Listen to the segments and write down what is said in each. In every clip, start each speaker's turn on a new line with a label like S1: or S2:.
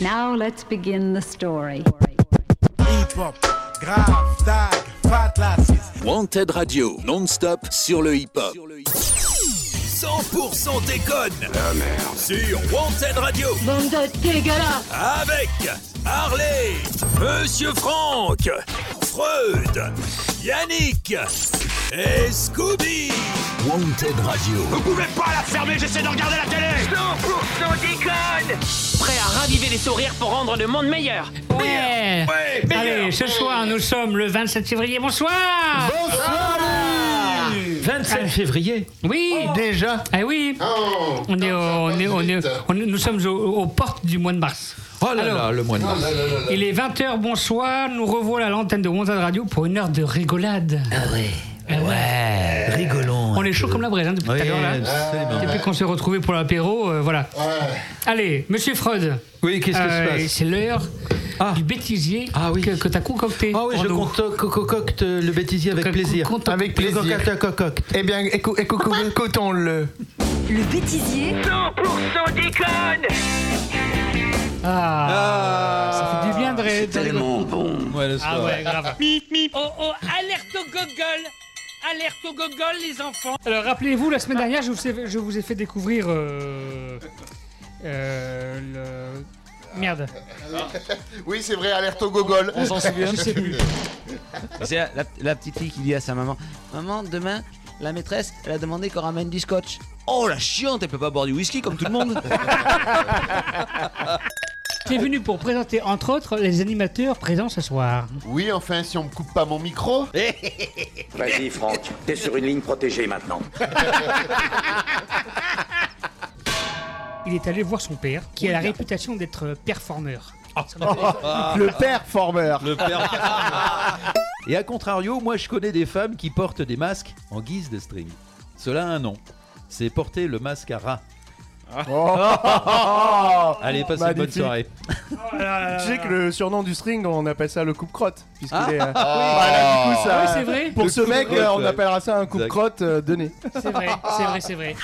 S1: Now let's begin the story.
S2: Hip-hop, grave, tag, fat l'assise.
S3: Wanted Radio, non-stop sur le hip-hop.
S4: 100% déconne. La merde. Sur Wanted Radio.
S1: Bande
S2: Ah,
S1: de dégueulasse
S4: Avec Harley, Monsieur Franck, Freud, Yannick et Scooby. Wanted Radio.
S5: Vous pouvez pas la fermer, j'essaie de regarder la télé
S6: 100% déconne
S7: Prêt à raviver les sourires pour rendre le monde meilleur.
S8: Ouais. Allez, ce soir, nous sommes le 27 février. Bonsoir
S9: Bonsoir
S8: 27 février Oui
S9: Déjà
S8: Eh oui on est, au- on est- on est- on est- Nous sommes aux, aux portes du mois de mars.
S10: Oh là là, le mois de mars.
S8: Il est 20h, bonsoir. Nous revoilà à l'antenne de Montagne Radio pour une heure de rigolade. Ah ouais
S10: Ouais, rigolons.
S8: On est chaud comme la braise hein, depuis
S10: Oui,
S8: tout à l'heure. là.
S10: absolument.
S8: Depuis qu'on s'est retrouvés pour l'apéro, euh, voilà. Allez, monsieur Freud. Euh,
S10: Oui, qu'est-ce que se passe
S8: C'est l'heure du bêtisier que, que t'as concocté.
S10: Ah oui,
S8: pour
S10: je
S8: nous.
S10: conto- co- co- cocte euh, le bêtisier avec
S8: Co- co-
S10: plaisir.
S8: conto-
S10: Avec
S8: plaisir.
S9: Eh bien, écoute, écoutons-le.
S1: Le bêtisier
S6: 100% déconne
S8: Ah, Ça fait du bien de ré- de rigoler.
S10: Ouais, le
S8: Ah
S10: soir.
S8: ouais, grave.
S7: Oh oh, alerte au gogol Alerte au gogol, les enfants
S8: Alors Euh, rappelez-vous, la semaine dernière, je vous ai, je vous ai fait découvrir euh, euh, le... Merde.
S11: Oui, c'est vrai, alerte au gogol.
S8: On s'en souvient, je sais plus.
S12: C'est la, la petite fille qui dit à sa maman Maman, demain, la maîtresse, elle a demandé qu'on ramène du scotch. Oh la chiante, elle peut pas boire du whisky comme tout le monde
S8: T'es venu pour présenter, entre autres, les animateurs présents ce soir.
S11: Oui, enfin, si on me coupe pas mon micro.
S5: Vas-y, Franck, t'es sur une ligne protégée maintenant.
S8: Il est allé voir son père, qui a la réputation d'être euh, performeur.
S10: Ah.
S9: Le performer.
S10: Le père. Et à contrario, moi je connais des femmes qui portent des masques en guise de string. Cela a un nom. C'est porter le masque à rat. Oh. Allez, passez une bonne
S9: Oh. Magnifique.
S10: soirée.
S9: Tu sais que le surnom du string, on appelle ça le coupe-crotte. Puisqu'il
S10: Ah.
S9: est. euh,
S10: Oui.
S9: voilà, du coup, ça-
S8: Oui, c'est vrai.
S9: Pour
S10: Le
S9: ce mec,
S10: coupe-crotte,
S9: euh, on
S10: ouais.
S9: appellera ça un coupe-crotte euh, de nez.
S8: C'est vrai, c'est vrai, c'est vrai.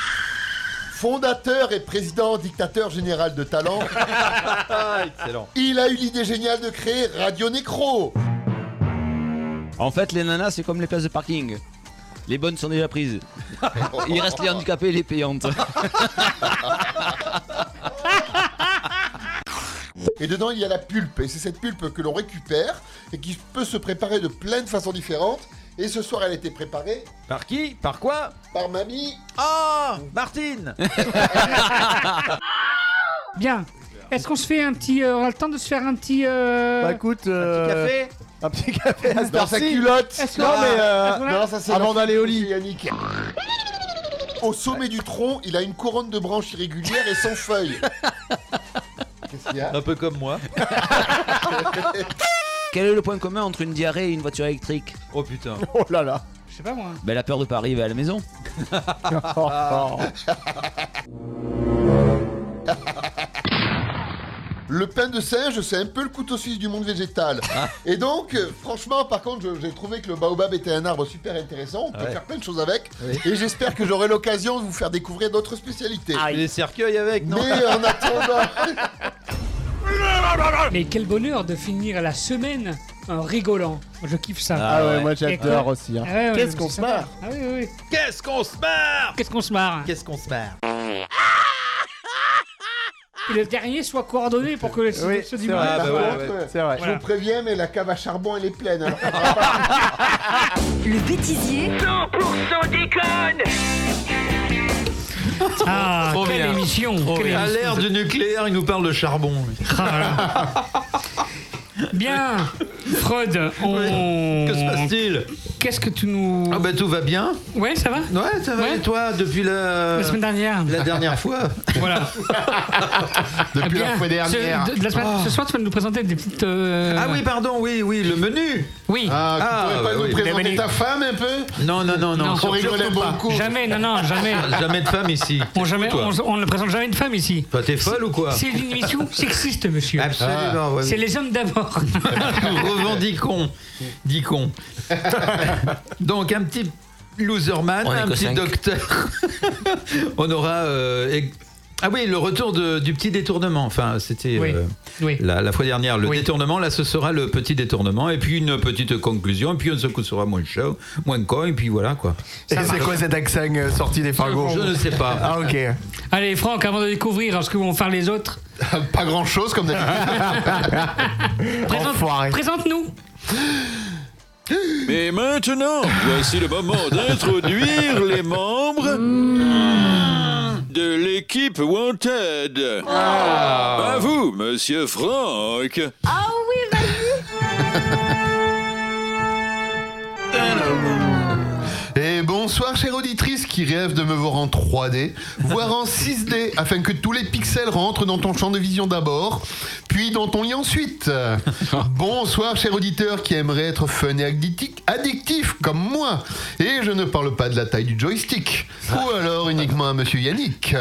S11: Fondateur et président dictateur général de talent,
S10: Excellent.
S11: il a eu l'idée géniale de créer Radio Nécro.
S12: En fait, les nanas, c'est comme les places de parking. Les bonnes sont déjà prises. Il reste les handicapés et les payantes.
S11: Et dedans, il y a la pulpe. Et c'est cette pulpe que l'on récupère et qui peut se préparer de plein de façons différentes. Et ce soir, elle a été préparée
S10: Par qui Par quoi
S11: par mamie.
S10: Ah Martine
S8: Euh, Bien. Est-ce qu'on se fait un petit... euh, on a le temps de se faire un petit... euh,
S9: Bah écoute. euh,
S10: Café
S9: Un petit café à cette
S11: Dans sa
S9: heure-ci.
S11: culotte.
S8: Est-ce
S9: Non,
S8: qu'on-
S9: mais.
S8: est-ce qu'on
S9: euh,
S8: a-
S11: Non, ça c'est
S9: Avant
S11: la-
S9: d'aller au lit.
S11: Yannick. Au sommet du tronc, il a une couronne de branches irrégulières et sans feuilles. Qu'est-ce qu'il y a
S10: Un peu comme moi.
S12: Quel est le point commun entre une diarrhée et une voiture électrique
S10: Oh putain.
S9: Oh là là.
S8: Je sais pas moi.
S12: Ben, la peur de pas arriver à la maison.
S9: Oh, oh.
S11: Le pain de singe, c'est un peu le couteau suisse du monde végétal. Et donc, euh, franchement, par contre, je- j'ai trouvé que le baobab était un arbre super intéressant. On peut
S10: Ouais.
S11: faire plein de choses avec. Et j'espère que j'aurai l'occasion de vous faire découvrir d'autres spécialités.
S10: Et les cercueils avec, non
S11: Mais en attendant,
S8: Mais quel bonheur de finir la semaine en rigolant. Je kiffe ça.
S9: Ah ouais,
S10: ouais.
S9: moi
S8: Et
S9: j'adore
S8: quoi
S9: aussi. hein.
S8: Ah ouais, ouais,
S9: Qu'est-ce
S8: mais
S9: qu'on
S8: c'est
S9: se
S8: sympa.
S9: marre
S8: Ah oui, oui, oui.
S10: Qu'est-ce qu'on se marre
S8: Qu'est-ce qu'on se marre
S10: Qu'est-ce qu'on se marre
S8: Que le dernier soit coordonné pour que les
S9: Oui, c'est
S8: ceux du
S9: vrai.
S8: monde-
S10: Ah bah
S8: Voilà.
S10: ouais, ouais.
S9: C'est vrai.
S11: je vous préviens, mais la cave à charbon, elle est pleine. hein. Alors, ça va.
S1: Le bêtisier
S6: 100% déconne
S8: Ah,
S10: Trop
S8: quelle
S10: bien.
S8: émission quelle
S10: À
S8: émission.
S10: l'ère du nucléaire, il nous parle de charbon. lui.
S8: Ah, voilà. Bien, Freud, on...
S10: Que se passe-t-il
S8: Qu'est-ce que tu nous...
S10: Ah bah tout va bien.
S8: Ouais, ça va
S10: Ouais, ça va.
S8: Ouais.
S10: Et toi, depuis la,
S8: La semaine dernière.
S10: la dernière fois
S8: Voilà. Eh
S11: Depuis
S8: bien,
S11: la fois dernière.
S8: Ce, de- de la semaine- ce soir, tu vas nous présenter des petites. euh,
S10: Ah oui, pardon, oui, oui, le menu.
S8: Oui.
S11: Ah, tu
S10: Ah,
S11: pourrais pas
S10: bah
S11: nous
S10: oui.
S11: présenter ta femme un peu
S10: Non, non, non, non.
S8: Non.
S11: Pour rigoler un bon coup.
S8: Jamais, non, non, jamais.
S10: Jamais de femme ici.
S8: On, jamais
S10: Toi.
S8: on, on ne présente jamais une femme ici.
S10: Toi, t'es folle ou quoi
S8: C'est une émission sexiste, monsieur.
S11: Ah.
S10: Absolument. ouais.
S8: C'est les hommes d'abord.
S10: Nous revendiquons, dit con. Donc un petit loserman,
S12: On est
S10: un
S12: qu'au
S10: petit
S12: cinq.
S10: docteur. On aura euh, Eg- Ah oui, le retour de- du petit détournement. Enfin, c'était
S8: Oui.
S10: euh,
S8: Oui.
S10: la, la fois dernière le
S8: Oui.
S10: détournement. Là, ce sera le petit détournement. Et puis une petite conclusion. Et puis on se coupera moins chaud, moins con. Et puis voilà quoi.
S9: Et c'est quoi cet accent euh, sorti des fagots
S10: Je ne sais pas.
S9: Ah ok.
S8: Allez, Franck, avant de découvrir ce que vont faire les autres.
S11: Pas grand chose comme
S8: d'habitude.
S9: Enfoiré.
S8: Présente-nous.
S3: Mais maintenant, voici le moment d'introduire les membres
S10: Mmh.
S3: de l'équipe Wanted.
S10: Ah.
S3: À vous, monsieur Franck.
S1: Ah oui,
S11: Et bonsoir, chère auditrice qui rêve de me voir en 3D, voire en 6D, afin que tous les pixels rentrent dans ton champ de vision d'abord, puis dans ton lit ensuite. Bonsoir, cher auditeur qui aimerait être fun et addicti- addictif comme moi. Et je ne parle pas de la taille du joystick, ou alors uniquement à monsieur Yannick.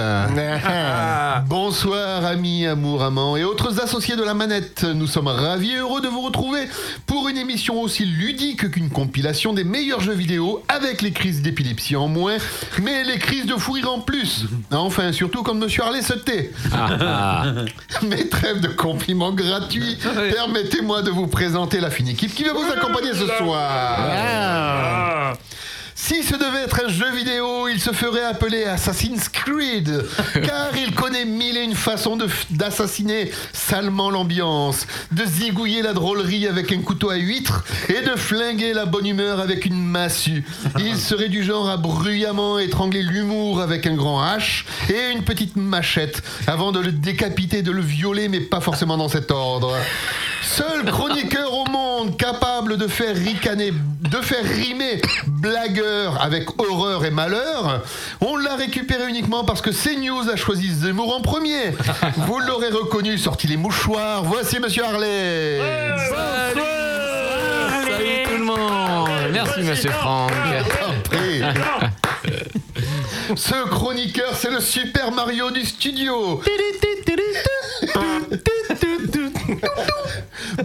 S11: Bonsoir, amis, amour, amants et autres associés de la manette. Nous sommes ravis et heureux de vous retrouver pour une émission aussi ludique qu'une compilation des meilleurs jeux vidéo avec les crises d'épilepsie en moins, mais les crises de fou rire en plus. Enfin, surtout quand Monsieur Harley se tait. Mais trêve de compliments gratuits. Permettez-moi de vous présenter la fine équipe qui va vous accompagner ce soir. Si ce devait être un jeu vidéo, il se ferait appeler Assassin's Creed, car il connaît mille et une façons de f- d'assassiner salement l'ambiance, de zigouiller la drôlerie avec un couteau à huître et de flinguer la bonne humeur avec une massue. Il serait du genre à bruyamment étrangler l'humour avec un grand H et une petite machette, avant de le décapiter, de le violer, mais pas forcément dans cet ordre. Seul chroniqueur au monde capable de faire ricaner, de faire rimer blagueur avec horreur et malheur, on l'a récupéré uniquement parce que CNews a choisi Zemmour en premier. Vous l'aurez reconnu, sorti les mouchoirs. Voici Monsieur Harley.
S13: Salut tout le monde Merci Monsieur Franck
S11: Ce chroniqueur, c'est le Super Mario du studio.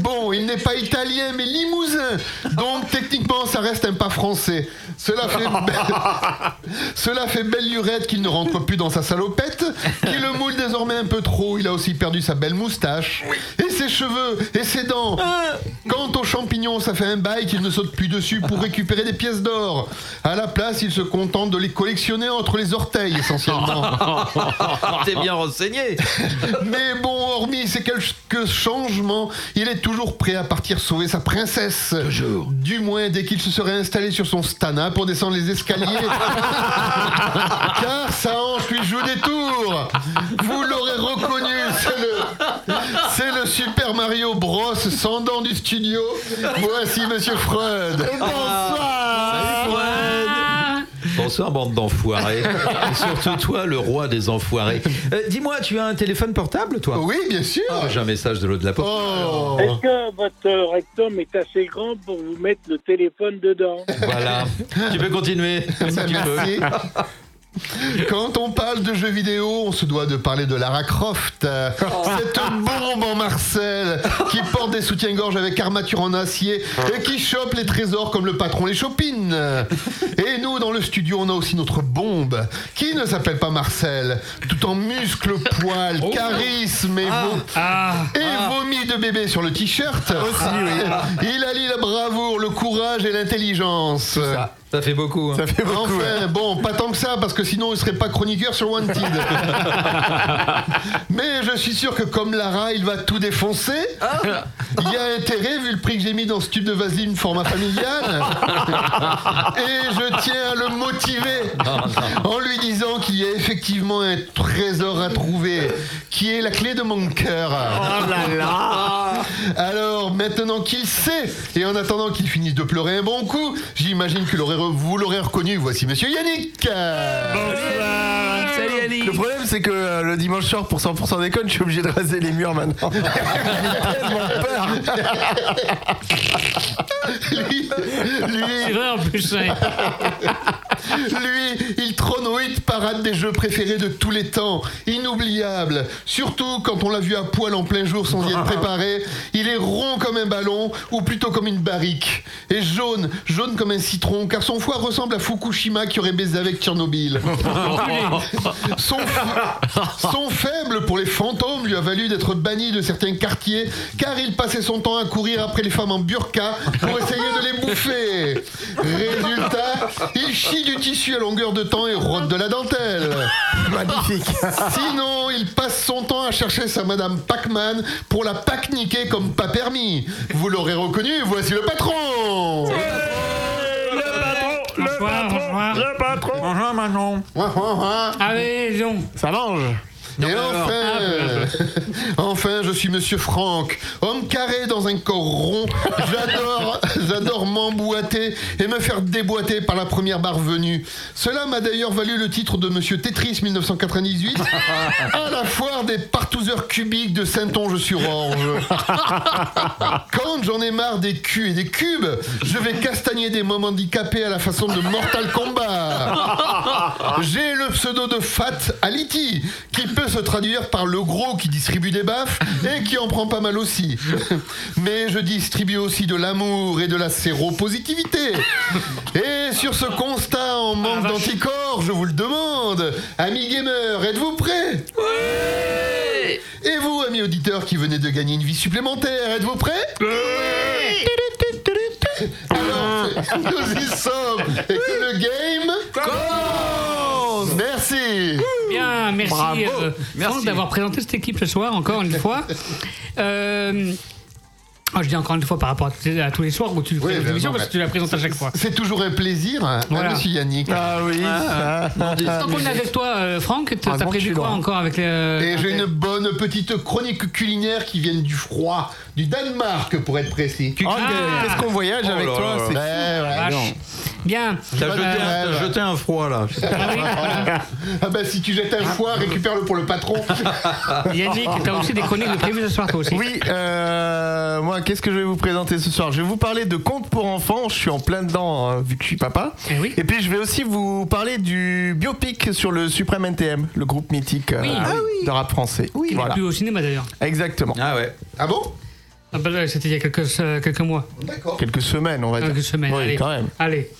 S11: Bon, il n'est pas italien, mais limousin. Donc, techniquement, ça reste un pas français. Cela fait, be- Cela fait belle lurette qu'il ne rentre plus dans sa salopette, qui le moule désormais un peu trop. Il a aussi perdu sa belle moustache, et ses cheveux, et ses dents. Quant aux champignons, ça fait un bail qu'il ne saute plus dessus pour récupérer des pièces d'or. À la place, il se contente de les collectionner entre les orteils, essentiellement.
S10: T'es bien renseigné.
S11: Mais bon, hormis ces quelques changements, il est toujours prêt à partir sauver sa princesse. Toujours. Du moins, dès qu'il se serait installé sur son stana pour descendre les escaliers. Car sa hanche lui joue des tours. Vous l'aurez reconnu, c'est le, c'est le Super Mario Bros sans dents du studio. Voici Monsieur Freud.
S10: Bonsoir bande d'enfoirés. Et surtout toi, le roi des enfoirés. Euh, Dis-moi, tu as un téléphone portable, toi Ah,
S11: Oui, bien sûr.
S10: J'ai un message de l'eau de la porte.
S9: Oh.
S14: Oh.
S15: Est-ce que votre rectum est assez grand pour vous mettre le téléphone dedans
S9: Ah,
S10: Voilà. tu peux continuer. Tu
S11: Merci.
S10: peux.
S11: Quand on parle de jeux vidéo, on se doit de parler de Lara Croft, euh, cette bombe en Marcel qui porte des soutiens-gorge avec armature en acier et qui chope les trésors comme le patron les chopines. Et nous, dans le studio, on a aussi notre bombe qui ne s'appelle pas Marcel, tout en muscles, poils, charisme et, vo- et vomi de bébé sur le t-shirt. Il allie la bravoure, le courage et l'intelligence.
S10: Ça fait beaucoup. hein.
S11: Enfin, bon, pas tant que ça, parce que sinon, il serait pas chroniqueur sur Wanted. Mais je suis sûr que comme Lara, il va tout défoncer.
S13: Ah.
S11: Il y a intérêt, vu le prix que j'ai mis dans ce tube de vaseline format familial. Et je tiens à le motiver
S10: Ah.
S11: en lui disant qu'il y a effectivement un trésor à trouver, qui est la clé de mon cœur.
S13: Oh là là
S11: Alors, maintenant qu'il sait, et en attendant qu'il finisse de pleurer un bon coup, j'imagine que l'aurez re- vous l'aurez reconnu. Voici monsieur Yannick.
S13: Salut Yannick
S9: Le problème, c'est que euh, le dimanche soir, pour 100% des connes, je suis obligé de raser les murs maintenant.
S11: lui,
S8: C'est vrai en plus. ouais.
S11: Lui, il trône au hit parade des jeux préférés de tous les temps. Inoubliable. Surtout quand on l'a vu à poil en plein jour sans y être préparé. Il est rond comme un ballon, ou plutôt comme une barrique. Et jaune, jaune comme un citron, car son foie ressemble à Fukushima qui aurait baisé avec Tchernobyl. son, fa- son faible pour les fantômes lui a valu d'être banni de certains quartiers car il passait son temps à courir après les femmes en burqa pour essayer de les bouffer. Résultat, il chie du tissu à longueur de temps et rote de la dentelle. Magnifique. Sinon, il passe son temps à chercher sa madame Pac-Man pour la pac niquer comme pas permis. Vous l'aurez reconnu, voici le patron.
S8: Le patron, le patron. Bonjour Manon. Allez, donc.
S11: Ça mange et enfin, enfin, je suis Monsieur Franck, homme carré dans un corps rond. J'adore, j'adore m'emboîter et me faire déboîter par la première barre venue. Cela m'a d'ailleurs valu le titre de Monsieur Tetris 1998 à la foire des partouzeurs cubiques de Sainton-je-sur-Orge. Quand j'en ai marre des culs et des cubes, je vais castagner des mômes handicapés à la façon de Mortal Kombat. J'ai le pseudo de Fat Aliti, qui peut se traduire par le gros qui distribue des baffes et qui en prend pas mal aussi. Mais je distribue aussi de l'amour et de la séropositivité. Et sur ce constat en manque d'anticorps, je vous le demande, amis gamers, êtes-vous prêts Et vous, amis auditeurs qui venez de gagner une vie supplémentaire, êtes-vous prêts Alors, nous y sommes et que le game commence Merci
S8: Bien, merci,
S11: Bravo.
S8: euh, Franck,
S11: Merci.
S8: d'avoir présenté cette équipe ce soir, encore une fois. Euh, oh, je dis encore une fois par rapport à, tous les- à tous les soirs où tu fais
S11: ben
S8: des émissions
S11: non,
S8: parce
S11: mais-
S8: que tu la présentes à chaque fois.
S11: C'est toujours un plaisir, hein,
S8: Voilà.
S11: monsieur Yannick. Ah oui.
S9: Ah.
S8: Tant qu'on est avec toi, euh, Franck, t'as t'as prévu quoi encore avec les.
S11: Et j'ai une bonne petite chronique culinaire qui vient du froid, du Danemark pour être précis. Ben
S9: Oh, mais qu'est-ce qu'on voyage avec toi, c'est fou.
S11: Ouais, ouais,
S9: Vache.
S11: non. Ben
S8: Bien.
S10: Oh T'as jeté, un- t'as jeté un froid là.
S11: Ah bah si tu jettes un foie, récupère-le pour le patron.
S8: Ah, Yannick, t'as aussi des chroniques de prévues ce soir, toi aussi.
S9: Oui, euh, moi, qu'est-ce que je vais vous présenter ce soir Je vais vous parler de contes pour enfants. Je suis en plein dedans, hein, vu que je suis papa.
S8: Eh
S9: Et, puis, je vais aussi vous parler du biopic sur le Suprême NTM, le groupe mythique euh,
S8: Oui. Ah
S9: de rap français.
S8: Il est
S9: voilà.
S8: plus au cinéma d'ailleurs. bah,
S9: Exactement.
S10: Ah ouais.
S11: Ah bon Oh.
S8: C'était il y a quelques, euh, quelques mois. D'accord.
S9: Quelques semaines, on va dire.
S8: Quelques semaines,
S9: Oui,
S8: allez.
S9: quand même.
S8: Allez.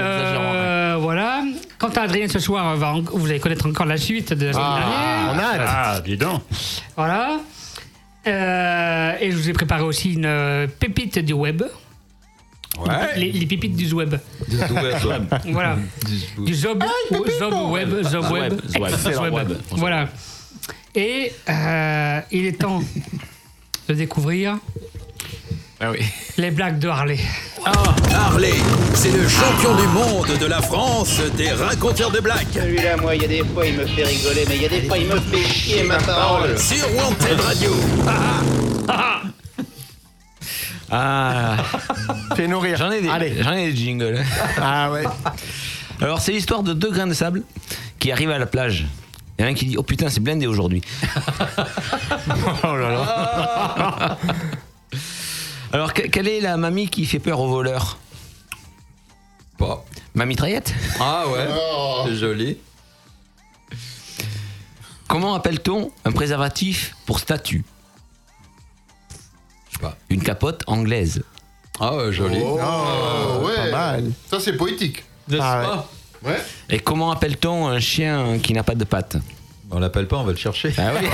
S8: Euh, voilà. Quant à Adrien ce soir, on va en- vous allez connaître encore la suite de la semaine dernière.
S9: on a hâte.
S14: Ah, dis donc.
S8: Voilà. Euh, et je vous ai préparé aussi une euh, pépite du web.
S10: Ouais.
S8: Les, les pépites du web. voilà. Du zob, ou- zob web, zob
S14: Zob,
S8: web,
S14: zob,
S8: excellent
S14: zob.
S8: web. Voilà. Et euh, il est temps de découvrir les blagues de Harley.
S4: Harley, c'est le champion du monde de la France des raconteurs de blagues.
S16: Celui-là, moi, il y a des fois, il me fait rigoler, mais il y a des fois, il me fait chier, ma parole.
S4: Sur Wanted Radio.
S14: Ah.
S9: Fais-nous rire.
S14: J'en ai des, j'en ai des jingles.
S9: Ah ouais.
S14: Alors, c'est l'histoire de deux grains de sable qui arrivent à la plage. Il y en a un qui dit Oh putain, c'est blindé aujourd'hui. oh là là. Alors, que- quelle est la mamie qui fait peur aux voleurs Pas. Ma mitraillette
S10: Ah ouais.
S11: Oh.
S10: C'est joli.
S14: Comment appelle-t-on un préservatif pour statut Je sais pas. Une capote anglaise.
S10: Ah ouais, joli.
S11: Oh, ouais. Ça c'est poétique.
S10: N'est-ce pas
S11: Ouais.
S14: Et comment appelle-t-on un chien qui n'a pas de pattes
S10: Bah, On l'appelle pas, on va le chercher.
S14: Ah oui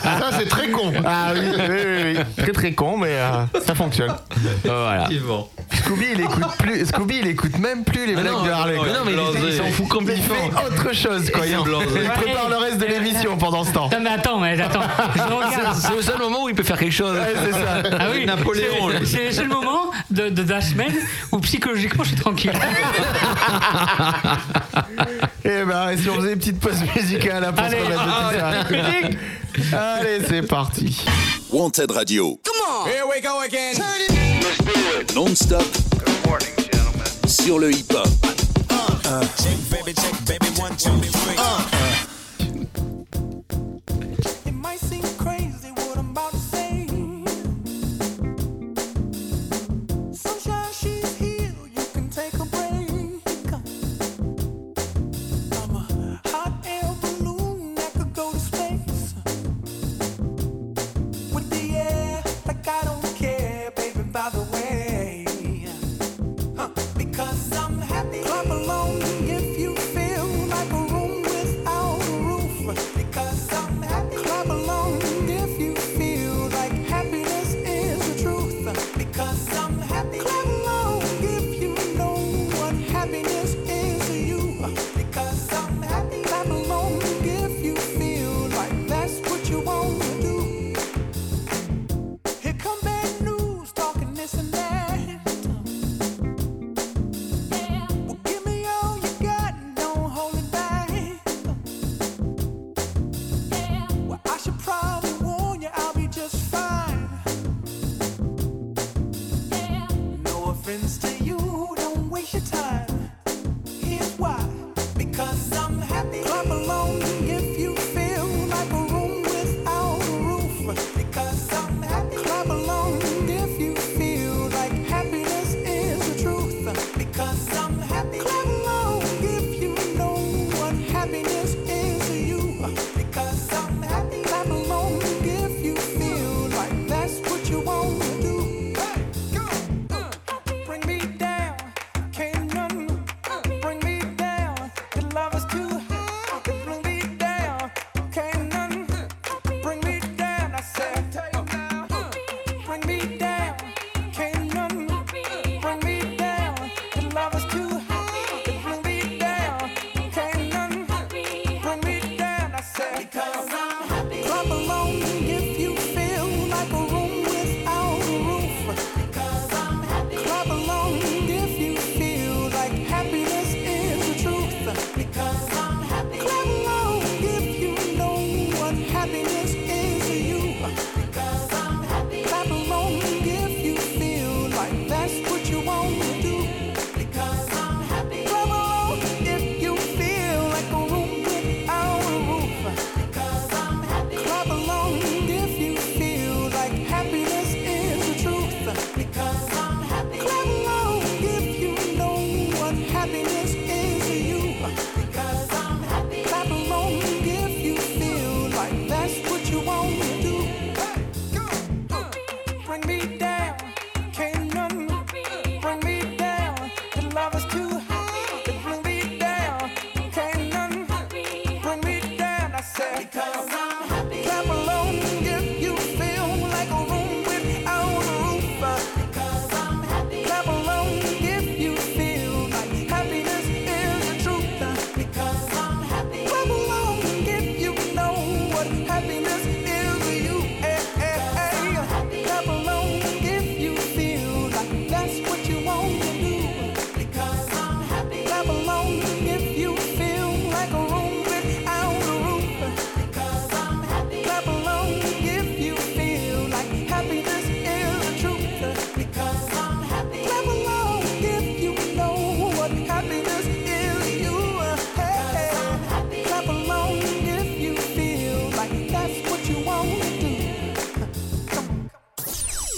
S11: Ça c'est très con.
S9: Ah oui, oui, oui, oui. Très très con, mais euh, ça fonctionne.
S10: Ah,
S14: Voilà.
S10: Effectivement.
S9: Scooby il écoute plus Scooby il écoute même plus les
S14: Mais
S9: blagues
S14: non,
S9: de Harley.
S14: mais
S9: quoi.
S14: non, mais il est- il s'en fout complètement.
S9: Il fait autre chose quoi.
S14: Il
S9: Il,
S14: est blasé.
S9: il prépare le reste de l'émission pendant ce temps.
S8: Non mais attends, mais attends. Je regarde.
S14: C'est le seul moment où il peut faire quelque chose.
S9: Ouais, c'est ça.
S8: Ah oui,
S14: Napoléon,
S8: c'est-
S14: lui.
S8: C'est le seul moment de, de- de la semaine où psychologiquement je suis tranquille.
S9: Et ben et si on faisait une petite pause musicale après
S8: Allez.
S9: qu'on a jeté
S8: Ah,
S9: ça. Allez c'est parti.
S4: Wanted Radio.
S2: Here we go again.
S4: Non-stop. Sur le hip-hop. Ah.
S2: It might seem crazy what I'm about to say. Sunshine, she's here. You can take a break.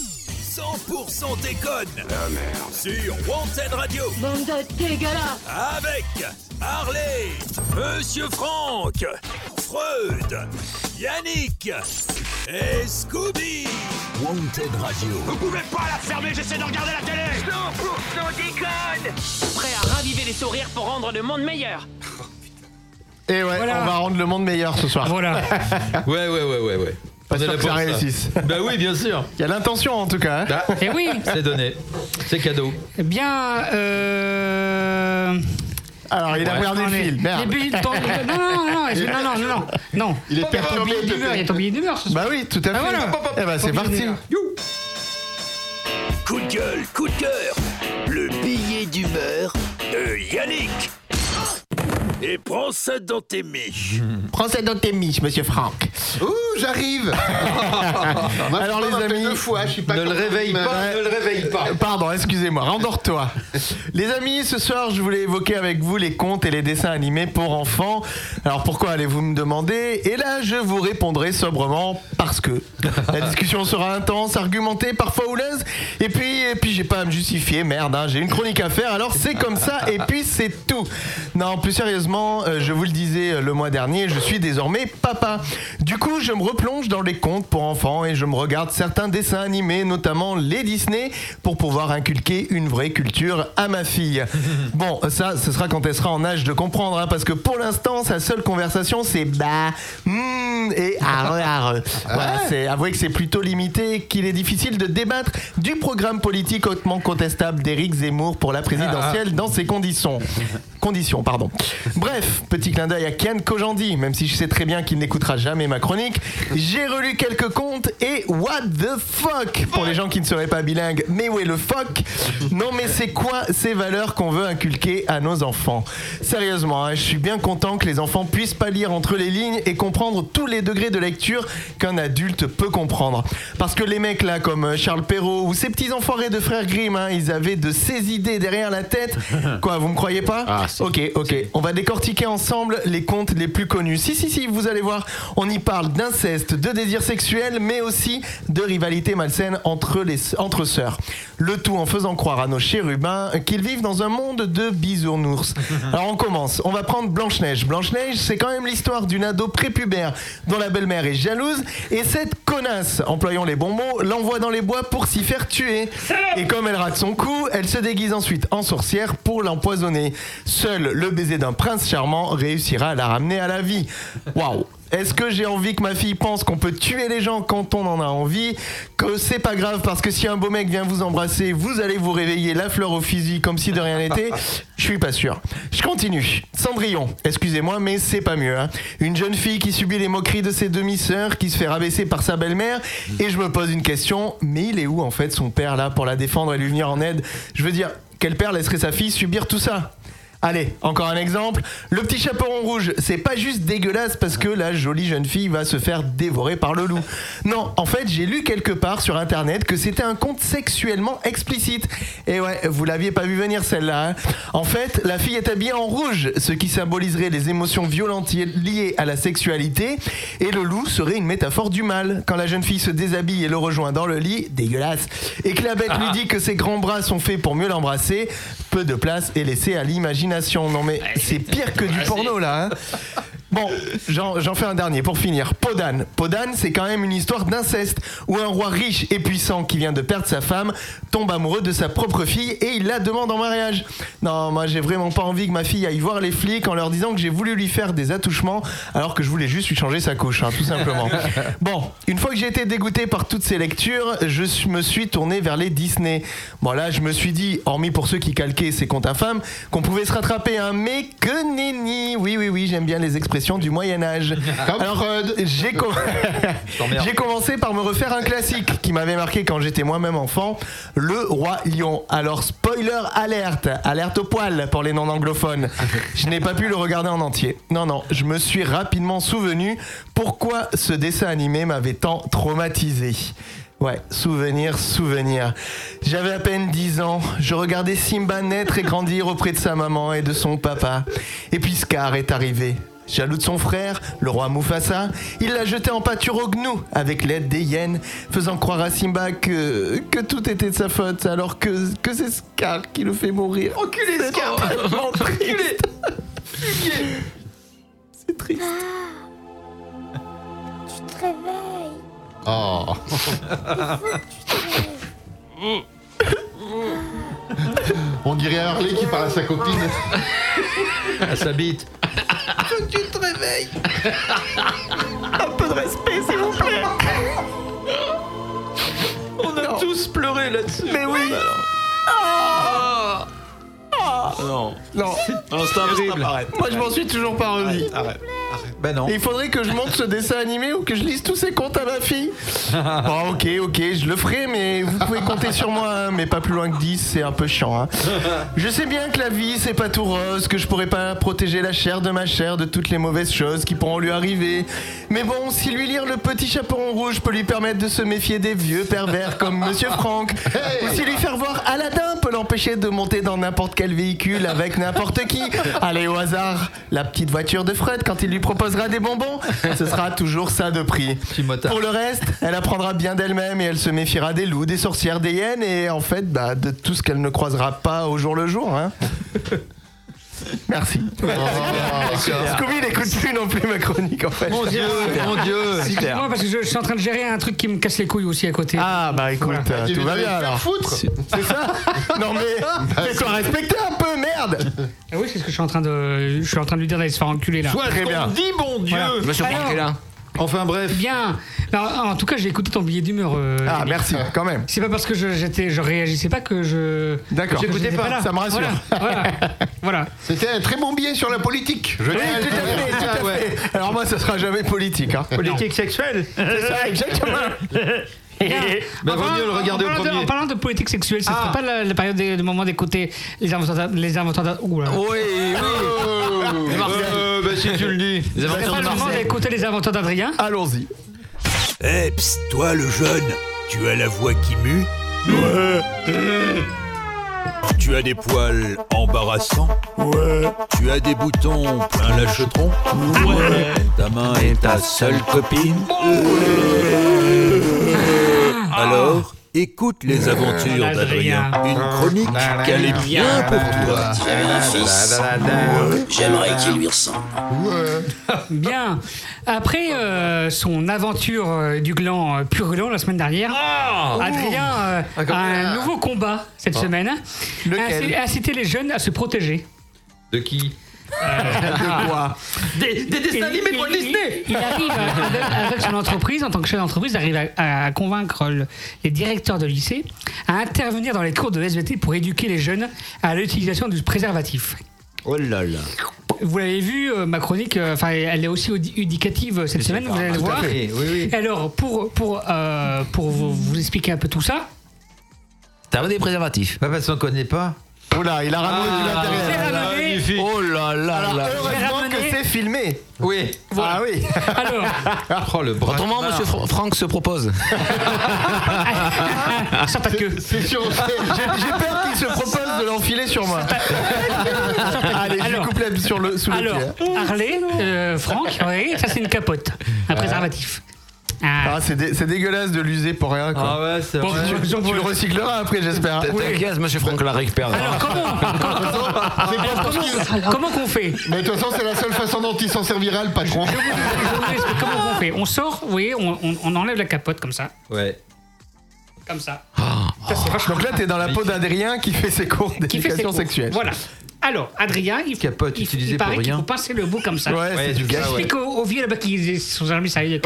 S4: 100% déconne. La merde. Sur Wanted Radio.
S1: Bande de dégueulasse.
S4: Avec Harley, Monsieur Franck, Freud, Yannick et Scooby. Wanted Radio. Vous pouvez pas la fermer, j'essaie de regarder la télé.
S6: 100% déconne Prêt à raviver les sourires pour rendre le monde meilleur
S9: Et ouais, on va rendre le monde meilleur ce soir.
S8: Voilà.
S10: Ouais, ouais, ouais, ouais, ouais.
S9: Pas
S10: On est
S9: sûr
S10: là
S9: que ça
S10: pour
S9: réussisse.
S10: Bah oui, bien sûr.
S9: Il y a l'intention en tout cas. hein.
S10: Bah,
S8: Eh oui.
S10: C'est donné. C'est cadeau.
S8: Eh bien, euh...
S9: Alors, il a regardé le film, merde.
S8: Non, non, non, excuse- non, non, non, non, non.
S9: Il est
S8: Il y a ton
S9: perturbé,
S8: billet d'humeur, il y a ton billet d'humeur ce soir.
S9: Bah oui, tout à
S8: Ah,
S9: fait.
S8: voilà.
S9: Eh bah, c'est
S8: Ton billet
S9: parti.
S8: d'humeur.
S4: Coup de gueule, coup de cœur. Le billet d'humeur de Yannick. Et prends ça dans tes miches.
S9: Prends ça dans tes miches, monsieur Franck.
S11: Ouh, j'arrive
S9: Alors, les amis,
S11: deux fois, je suis pas
S9: ne le
S11: content,
S9: réveille
S11: mais-
S9: pas, ne le réveille pas. Pardon, excusez-moi, rendors-toi. les amis, ce soir, je voulais évoquer avec vous les contes et les dessins animés pour enfants. Alors, pourquoi allez-vous me demander Et là, je vous répondrai sobrement parce que la discussion sera intense, argumentée, parfois houleuse. Et puis, et puis j'ai pas à me justifier, merde, hein, j'ai une chronique à faire, alors c'est comme ça, et puis c'est tout. Non, plus sérieusement, euh, je vous le disais euh, le mois dernier, je suis désormais papa. Du coup, je me replonge dans les contes pour enfants et je me regarde certains dessins animés, notamment les Disney, pour pouvoir inculquer une vraie culture à ma fille. Bon, ça, ce sera quand elle sera en âge de comprendre, hein, parce que pour l'instant, sa seule conversation, c'est bah, hmm, et arre, arre. Voilà, c'est avouez que c'est plutôt limité, et qu'il est difficile de débattre du programme politique hautement contestable d'Éric Zemmour pour la présidentielle dans ces conditions. Conditions, pardon. Bref, petit clin d'œil à Kian Kojandi, même si je sais très bien qu'il n'écoutera jamais ma chronique. J'ai relu quelques contes et what the fuck pour les gens qui ne seraient pas bilingues. Mais où est le fuck Non, mais c'est quoi ces valeurs qu'on veut inculquer à nos enfants Sérieusement, hein, je suis bien content que les enfants puissent pas lire entre les lignes et comprendre tous les degrés de lecture qu'un adulte peut comprendre. Parce que les mecs là, comme euh, Charles Perrault ou ces petits enfoirés de frères Grimm, hein, ils avaient de ces idées derrière la tête. Quoi, vous me croyez pas Ok, ok. On va décortiquer ensemble les contes les plus connus. Si, si, si, vous allez voir, on y parle d'inceste, de désir sexuel, mais aussi de rivalité malsaine entre, les, entre sœurs. Le tout en faisant croire à nos chérubins qu'ils vivent dans un monde de bisounours. Alors on commence. On va prendre Blanche-Neige. Blanche-Neige, c'est quand même l'histoire d'une ado prépubère dont la belle-mère est jalouse et cette connasse, employons les bons mots, l'envoie dans les bois pour s'y faire tuer. Et comme elle rate son coup, elle se déguise ensuite en sorcière pour l'empoisonner. Seul le baiser d'un prince charmant réussira à la ramener à la vie. Waouh est-ce que j'ai envie que ma fille pense qu'on peut tuer les gens quand on en a envie Que c'est pas grave parce que si un beau mec vient vous embrasser, vous allez vous réveiller la fleur au fusil comme si de rien n'était Je suis pas sûr. Je continue. Cendrillon, excusez-moi, mais c'est pas mieux. hein. Une jeune fille qui subit les moqueries de ses demi-sœurs, qui se fait rabaisser par sa belle-mère, et je me pose une question, mais il est où en fait son père là pour la défendre et lui venir en aide Je veux dire, quel père laisserait sa fille subir tout ça Allez, encore un exemple. Le petit chaperon rouge, c'est pas juste dégueulasse parce que la jolie jeune fille va se faire dévorer par le loup. Non, en fait, j'ai lu quelque part sur internet que c'était un conte sexuellement explicite. Et ouais, vous l'aviez pas vu venir celle-là. hein. En fait, la fille est habillée en rouge, ce qui symboliserait les émotions violentes liées à la sexualité. Et le loup serait une métaphore du mal. Quand la jeune fille se déshabille et le rejoint dans le lit, dégueulasse. Et que la bête lui dit que ses grands bras sont faits pour mieux l'embrasser, peu de place est laissée à l'imagination. Non mais c'est pire que du porno là. hein. Bon, j'en j'en fais un dernier pour finir. Podane. Podane, c'est quand même une histoire d'inceste où un roi riche et puissant qui vient de perdre sa femme tombe amoureux de sa propre fille et il la demande en mariage. Non, moi j'ai vraiment pas envie que ma fille aille voir les flics en leur disant que j'ai voulu lui faire des attouchements alors que je voulais juste lui changer sa couche, hein, tout simplement. Bon, une fois que j'ai été dégoûté par toutes ces lectures, je suis- me suis tourné vers les Disney. Bon là, je me suis dit, hormis pour ceux qui calquaient ces comptes infâmes, qu'on pouvait se rattraper, hein, mais que nenni Oui, oui, oui, j'aime bien les expressions du Moyen Âge.
S11: Comme
S9: Alors, euh, j'ai com-
S10: t'emmerde.
S9: j'ai commencé par me refaire un classique qui m'avait marqué quand j'étais moi-même enfant, Le Roi Lion. Alors, spoiler alerte, alerte au poil pour les non-anglophones. Je n'ai pas pu le regarder en entier. Non, non, je me suis rapidement souvenu pourquoi ce dessin animé m'avait tant traumatisé. Ouais, souvenir, souvenir. J'avais à peine 10 ans, je regardais Simba naître et grandir auprès de sa maman et de son papa. Et puis Scar est arrivé. Jaloux de son frère, le roi Mufasa, il l'a jeté en pâture au gnou avec l'aide des hyènes, faisant croire à Simba que, que tout était de sa faute alors que, que c'est Scar qui le fait mourir. Enculé Scar Enculé C'est triste.
S17: Tu te réveilles.
S11: Oh. On dirait Harley qui parle à sa copine.
S10: À sa bite.
S17: Faut que tu te réveilles.
S9: Un peu de respect, s'il vous plaît.
S10: On a tous pleuré là-dessus.
S9: Mais oui.
S10: Non.
S9: Non,
S10: Non, c'est horrible.
S9: Moi, je m'en suis toujours pas remis.
S10: Arrête. arrête. Ben non.
S9: Il faudrait que je monte ce dessin animé ou que je lise tous ces comptes à ma fille. Bon, ok, ok, je le ferai, mais vous pouvez compter sur moi, hein, mais pas plus loin que 10, c'est un peu chiant. hein. Je sais bien que la vie, c'est pas tout rose, que je pourrais pas protéger la chair de ma chair de toutes les mauvaises choses qui pourront lui arriver. Mais bon, si lui lire le petit chaperon rouge peut lui permettre de se méfier des vieux pervers comme Monsieur Franck, ou si lui faire voir Aladdin peut l'empêcher de monter dans n'importe quel véhicule avec n'importe qui. Allez au hasard, la petite voiture de Fred quand il lui proposera des bonbons, ce sera toujours ça de prix. Pour le reste, elle apprendra bien d'elle-même et elle se méfiera des loups, des sorcières, des hyènes et en fait bah, de tout ce qu'elle ne croisera pas au jour le jour. hein. Merci. Ah, Scooby n'écoute plus non plus ma chronique en fait.
S8: Mon Dieu, mon Dieu. Excuse-moi parce que je, je suis en train de gérer un truc qui me casse les couilles aussi à côté.
S9: Ah bah écoute, euh, tout va bien alors. C'est c'est ça Non
S10: Bah,
S4: Bah,
S9: mais, fais-toi respecter un peu, merde
S8: Ah oui, c'est ce que je suis en train de, je suis en train de lui dire d'aller se faire enculer là.
S10: Soit Très on bien. dit, bon Dieu. Monsieur Franck est là.
S8: Enfin bref. eh Bien. Non, en tout cas, j'ai écouté ton billet d'humeur. euh,
S9: Ah
S8: Yannick.
S9: merci, quand même.
S8: C'est pas parce que je, j'étais, je réagissais pas que je.
S9: D'accord.
S8: que
S9: J'écoutais
S8: j'étais
S9: pas,
S8: là.
S9: ça me rassure.
S8: Voilà. voilà.
S11: C'était un très bon billet sur la politique. Je
S9: Oui,
S11: tiens à le
S9: tout à
S11: dire.
S9: fait, tout à fait. Alors moi, ça sera jamais politique. Hein.
S11: Politique
S9: sexuelle C'est ça, exactement
S8: Bien.
S10: Ben,
S8: En
S10: vaut
S8: parlant-
S10: mieux le regarder
S8: en
S10: au
S8: parlant de-
S10: premier.
S8: en parlant de politique sexuelle, ce
S10: Ah.
S8: serait pas la, la période des- le moment d'écouter les inventeurs d'a- les inventeurs d'a- ouh là.
S10: Oui, oui. Euh, bah, si tu le dis.
S8: Ce serait pas le moment d'écouter les inventeurs d'Adrien
S9: Allons-y.
S4: Eh, psst, toi le jeune, tu as la voix qui mue Ouais. Tu as des poils embarrassants Ouais. Tu as des boutons plein lachetron Ouais. Ta main est ta seule copine Alors, écoute les aventures d'Adrien. Une chronique qu'elle est bien pour toi.
S16: J'aimerais qu'il lui ressemble.
S8: Bien. Après euh, son aventure euh, du gland euh, purulent la semaine dernière, Adrien euh,
S10: Ah, comme-
S8: a un nouveau combat cette
S10: Ah.
S8: semaine.
S10: Lequel
S8: Inciter- Inciter les jeunes à se protéger.
S10: De qui
S8: De
S10: quoi Des, des
S8: Il-
S10: dessins animés de Walt
S8: il- il-
S10: Disney
S8: Il arrive à- avec, avec son entreprise, en tant que chef d'entreprise, il arrive à, à convaincre le- les directeurs de lycée à intervenir dans les cours de SVT pour éduquer les jeunes à l'utilisation du préservatif.
S14: Oh là là.
S8: Vous l'avez vu, euh, ma chronique, euh, enfin, elle est aussi audi- éducative euh, cette semaine, vous allez le
S14: tout à
S8: voir.
S14: fait, oui,
S8: Alors, pour, pour, euh, pour vous, vous expliquer un peu tout ça,
S14: T'as des préservatifs
S10: Bah,
S14: Pas parce qu'on connaît pas.
S9: Oh là, il a ramené du matériel.
S14: Magnifique. Oh là là
S9: Alors,
S14: là.
S9: heureusement que c'est filmé.
S14: Oui.
S9: Ah oui.
S14: Oh, le Autrement, Monsieur Fran- Franck se propose.
S8: Sans ta queue.
S11: C'est sûr.
S9: J'ai j'ai peur qu'il se propose de l'enfiler sur moi. Allez, je lui coupe la sur le sous le
S8: alors,
S9: pied. hein.
S8: Harley, euh, Franck, ouais, ça c'est une capote, un préservatif. Ah,
S9: c'est dé- c'est dégueulasse de l'user pour rien. Quoi.
S10: Ah ouais, c'est
S9: Bon,
S10: vrai.
S9: tu- tu,
S10: Bon,
S9: le recycleras après, j'espère.
S10: T'as- t'inquiète,
S14: Monsieur Franck la récupère.
S8: Alors comment
S11: Alors,
S8: comment- comment qu'on fait
S11: Mais de toute façon, c'est la seule façon dont il s'en servira, le patron.
S8: Je vous explique comment on fait. On sort, vous voyez, on, on- on enlève la capote comme ça.
S10: Ouais.
S8: Comme ça.
S14: Ah.
S8: Ah.
S9: Donc là, t'es dans la peau d'Adrien qui fait ses cours
S8: Qui fait ses
S9: d'éducation
S8: cours.
S9: sexuelle.
S8: Voilà. Alors, Adrien, il,
S10: Capote
S8: il,
S10: utilisée
S8: il
S10: pour
S8: paraît qu'il
S10: rien.
S8: faut pincer le bout comme ça.
S10: Ouais, c'est du gaz,
S8: J'explique
S10: ouais.
S8: aux, aux vieux là-bas qui sont amis, ça y est.